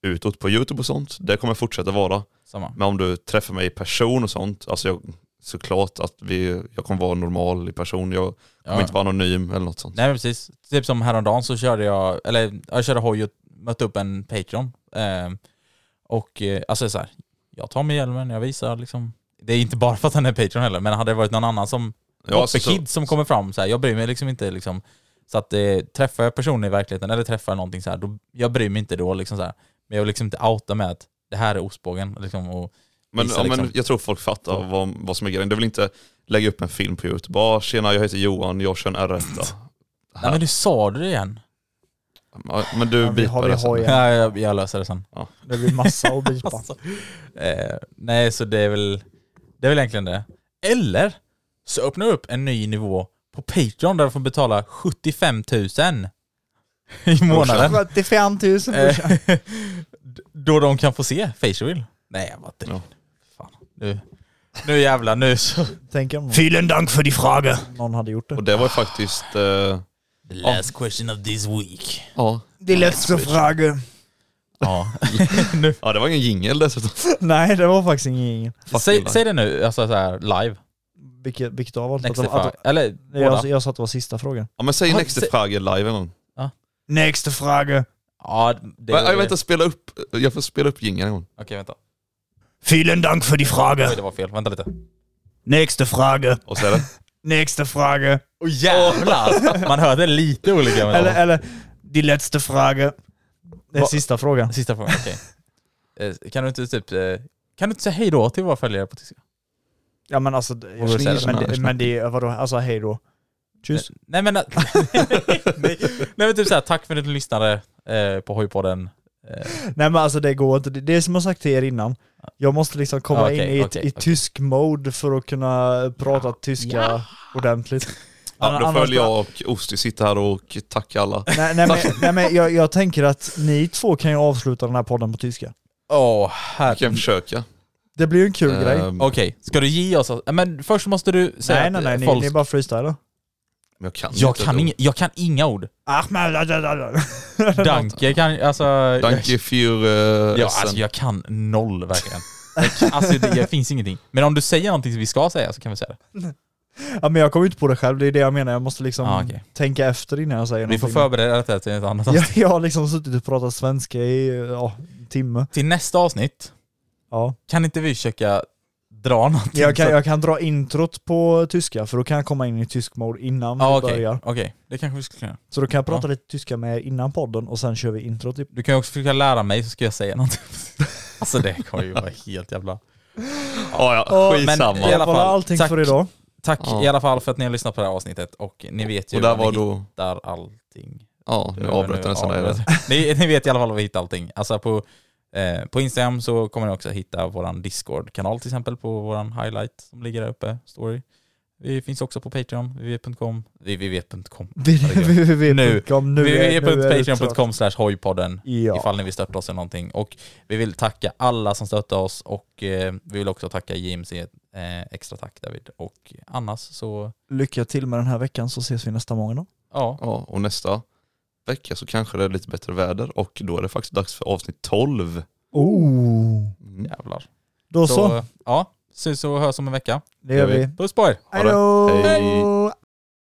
Speaker 1: utåt på YouTube och sånt, det kommer jag fortsätta vara.
Speaker 3: samma.
Speaker 1: Men om du träffar mig i person och sånt, alltså jag, såklart att vi, jag kommer vara normal i person, jag kommer
Speaker 3: Ja.
Speaker 1: inte vara anonym eller något sånt.
Speaker 3: Nej men precis. Typ som häromdagen så körde jag, eller jag körde hoj och mötte upp en Patreon. Ehm, och eh, alltså så här, jag tar med hjälmen, jag visar liksom. Det är inte bara för att han är Patreon heller, men hade det varit någon annan som
Speaker 1: Ja, alltså,
Speaker 3: Poppe
Speaker 1: så-
Speaker 3: Kid som kommer fram. Så här, jag bryr mig liksom inte. Liksom, så att eh, träffar jag personer i verkligheten eller träffar jag någonting så här, då, jag bryr mig inte då. Liksom, så här. Men jag vill liksom inte outa med att det här är ostbågen. Liksom, och,
Speaker 1: Men,
Speaker 3: Vissa
Speaker 1: ja, men
Speaker 3: liksom.
Speaker 1: jag tror folk fattar vad, vad som är grejen. Det vill inte lägga upp en film på Youtube. Bara tjena jag heter Johan, jag kör en R1.
Speaker 3: nej men nu sa du det igen.
Speaker 1: Ja, Men du
Speaker 2: Ja, vi
Speaker 1: bipar
Speaker 2: har- vi
Speaker 1: det
Speaker 2: har
Speaker 1: sen.
Speaker 2: ju-
Speaker 3: Ja, jag, jag löser det sen.
Speaker 2: Det blir massa
Speaker 3: (laughs)
Speaker 2: att bipa.
Speaker 3: Alltså, eh, nej, så det är väl det är väl egentligen det. Eller så öppnar vi upp en ny nivå på Patreon där du får betala 75 000 i månaden.
Speaker 2: 75 000
Speaker 3: Eh, då de kan få se Face Reveal. Nej, jag var inte
Speaker 1: Ja.
Speaker 3: Fan. Nu, nu jävlar, nu så...
Speaker 2: Tänk om
Speaker 4: Vielen Dank för die Frage.
Speaker 2: någon hade gjort
Speaker 1: Och
Speaker 2: det.
Speaker 1: det var ju faktiskt... Eh,
Speaker 3: The last question of this week.
Speaker 1: ja.
Speaker 2: Det är lätt fråga.
Speaker 3: Ja. nu.
Speaker 1: ja, det var ingen jingel dessutom.
Speaker 2: (laughs) Nej, det var faktiskt ingen.
Speaker 3: Säg, säg det nu, alltså så här live.
Speaker 2: Vilket, vilket av allt. Att,
Speaker 3: Next
Speaker 2: de- att,
Speaker 3: att, eller
Speaker 2: de- jag,
Speaker 3: båda.
Speaker 2: jag sa att det var sista frågan.
Speaker 1: Ja men säg
Speaker 3: Ja,
Speaker 1: Next
Speaker 3: säg-
Speaker 1: Frage live en gång.
Speaker 4: Nächste Frage.
Speaker 3: Ja, det,
Speaker 1: Va- Nej, vänta, spela upp. Jag får spela upp jingeln en gång.
Speaker 3: Okej, vänta.
Speaker 4: Vielen Dank för die
Speaker 3: Oj,
Speaker 4: Frage.
Speaker 3: det var fel. Vänta lite.
Speaker 4: Nächste Frage.
Speaker 1: Och
Speaker 3: (laughs)
Speaker 1: så är det.
Speaker 4: Nächste Frage.
Speaker 3: Åh jävlar! (laughs) Man hörde lite olika. Men
Speaker 2: Eller, eller
Speaker 4: Die letzte Frage.
Speaker 2: det är
Speaker 3: Va-
Speaker 2: sista frågan.
Speaker 3: Sista frågan, okej. Eh, Kan du inte typ... eh, Kan du inte säga hej då till våra följare på tyska?
Speaker 2: Ja men alltså, det-
Speaker 3: Vad vill du säga?
Speaker 2: men, det, men det är, vadå, alltså hej då. Tjus.
Speaker 3: Nej men, nej, (laughs) nej, men typ såhär, tack för att du lyssnade eh, på Hojpodden. Eh,
Speaker 2: Nej men alltså det går inte, det det är som jag sagt till er innan. Jag måste liksom komma
Speaker 3: Ja, okej,
Speaker 2: in i, ett-
Speaker 3: okej,
Speaker 2: i
Speaker 3: okej.
Speaker 2: tysk mode för att kunna prata tyska ordentligt.
Speaker 1: Ja, då
Speaker 2: Annars-
Speaker 1: följer jag och Osti sitta här och tacka alla.
Speaker 2: Nej, nej, men, nej men jag, jag tänker att ni två kan ju avsluta den här podden på tyska.
Speaker 3: Åh,
Speaker 1: Jag kan
Speaker 3: herregud.
Speaker 1: försöka.
Speaker 2: Det blir ju en kul
Speaker 3: Eh,
Speaker 2: grej.
Speaker 1: Ehm,
Speaker 3: Okej, ska du ge oss... Nej, Men först måste du säga
Speaker 2: Nej
Speaker 3: att,
Speaker 2: nej
Speaker 3: eh,
Speaker 2: nej, ni,
Speaker 3: folk...
Speaker 2: ni bara freestylar.
Speaker 1: men jag kan
Speaker 3: jag,
Speaker 1: inte
Speaker 3: kan
Speaker 1: då.
Speaker 3: inga, jag kan inga ord.
Speaker 2: Ah,
Speaker 4: Ahmed.
Speaker 3: Danke kan... Alltså...
Speaker 1: Thank you for eh,
Speaker 3: Ja,
Speaker 1: Essen.
Speaker 3: alltså jag kan noll verkligen. Jag kan- alltså det, det finns ingenting. Men om du säger någonting som vi ska säga så kan vi säga det.
Speaker 2: Ja men jag kommer inte på det själv, det är det jag menar. Jag måste liksom
Speaker 3: Ah, okej.
Speaker 2: tänka efter innan jag säger
Speaker 3: Vi får
Speaker 2: någonting.
Speaker 3: förbereda detta till ett
Speaker 2: (laughs)
Speaker 3: annat
Speaker 2: jag,
Speaker 3: avsnitt.
Speaker 2: jag har liksom suttit och pratat svenska i ja, en timme.
Speaker 3: Till nästa avsnitt
Speaker 2: Ja.
Speaker 3: kan inte vi försöka dra någonting.
Speaker 2: Jag, kan,
Speaker 3: så-
Speaker 2: jag kan dra introt på tyska för då kan jag komma in i tysk mode innan
Speaker 3: Ja,
Speaker 2: vi
Speaker 3: Ah, okej.
Speaker 2: börjar.
Speaker 3: okej. det kanske vi skulle kunna göra.
Speaker 2: Så då kan jag prata lite tyska med er innan podden och sen kör vi introt. Typ.
Speaker 3: Du kan ju också försöka lära mig så ska jag säga någonting. (laughs) alltså det kommer ju vara helt jävla...
Speaker 1: Ja, ja,
Speaker 3: men-
Speaker 1: skitsamma.
Speaker 3: I alla
Speaker 2: Det var
Speaker 3: fall,
Speaker 2: allting
Speaker 3: tack.
Speaker 2: för idag.
Speaker 3: Tack
Speaker 1: Ja.
Speaker 3: i alla fall för att ni har lyssnat på det här avsnittet och ni vet ju
Speaker 1: och där var
Speaker 3: var ni
Speaker 1: då...
Speaker 3: hittar allting.
Speaker 1: Ja, nu
Speaker 3: Nu-
Speaker 1: avbröt jag nästan
Speaker 3: ja,
Speaker 1: dig.
Speaker 3: ni, ni vet i alla fall var vi hittar allting. Alltså på, eh, på Instagram så kommer ni också hitta vår Discord-kanal till exempel på vår highlight som ligger där uppe, story. Vi finns också på Patreon, www.com, www.com,
Speaker 2: www.patreon.com nu är- nu är det klart.
Speaker 3: www.patreon.com slash hojpodden
Speaker 2: Ja.
Speaker 3: ifall ni vill stötta oss eller någonting. Och vi vill tacka alla som stöttar oss och eh, vi vill också tacka JMC. Eh, extra tack David. Och annars så,
Speaker 2: Lycka till med den här veckan så ses vi nästa måndag.
Speaker 3: ja.
Speaker 1: (laughs) Ja, och nästa vecka så kanske det är lite bättre väder och då är det faktiskt dags för avsnitt 12.
Speaker 2: Oh.
Speaker 1: Mm.
Speaker 3: Jävlar.
Speaker 2: Då så,
Speaker 3: ja, syns och hörs om en vecka.
Speaker 2: det gör vi.
Speaker 3: Puss på er!
Speaker 1: Ha det.
Speaker 2: Hej
Speaker 1: Hej.
Speaker 2: då!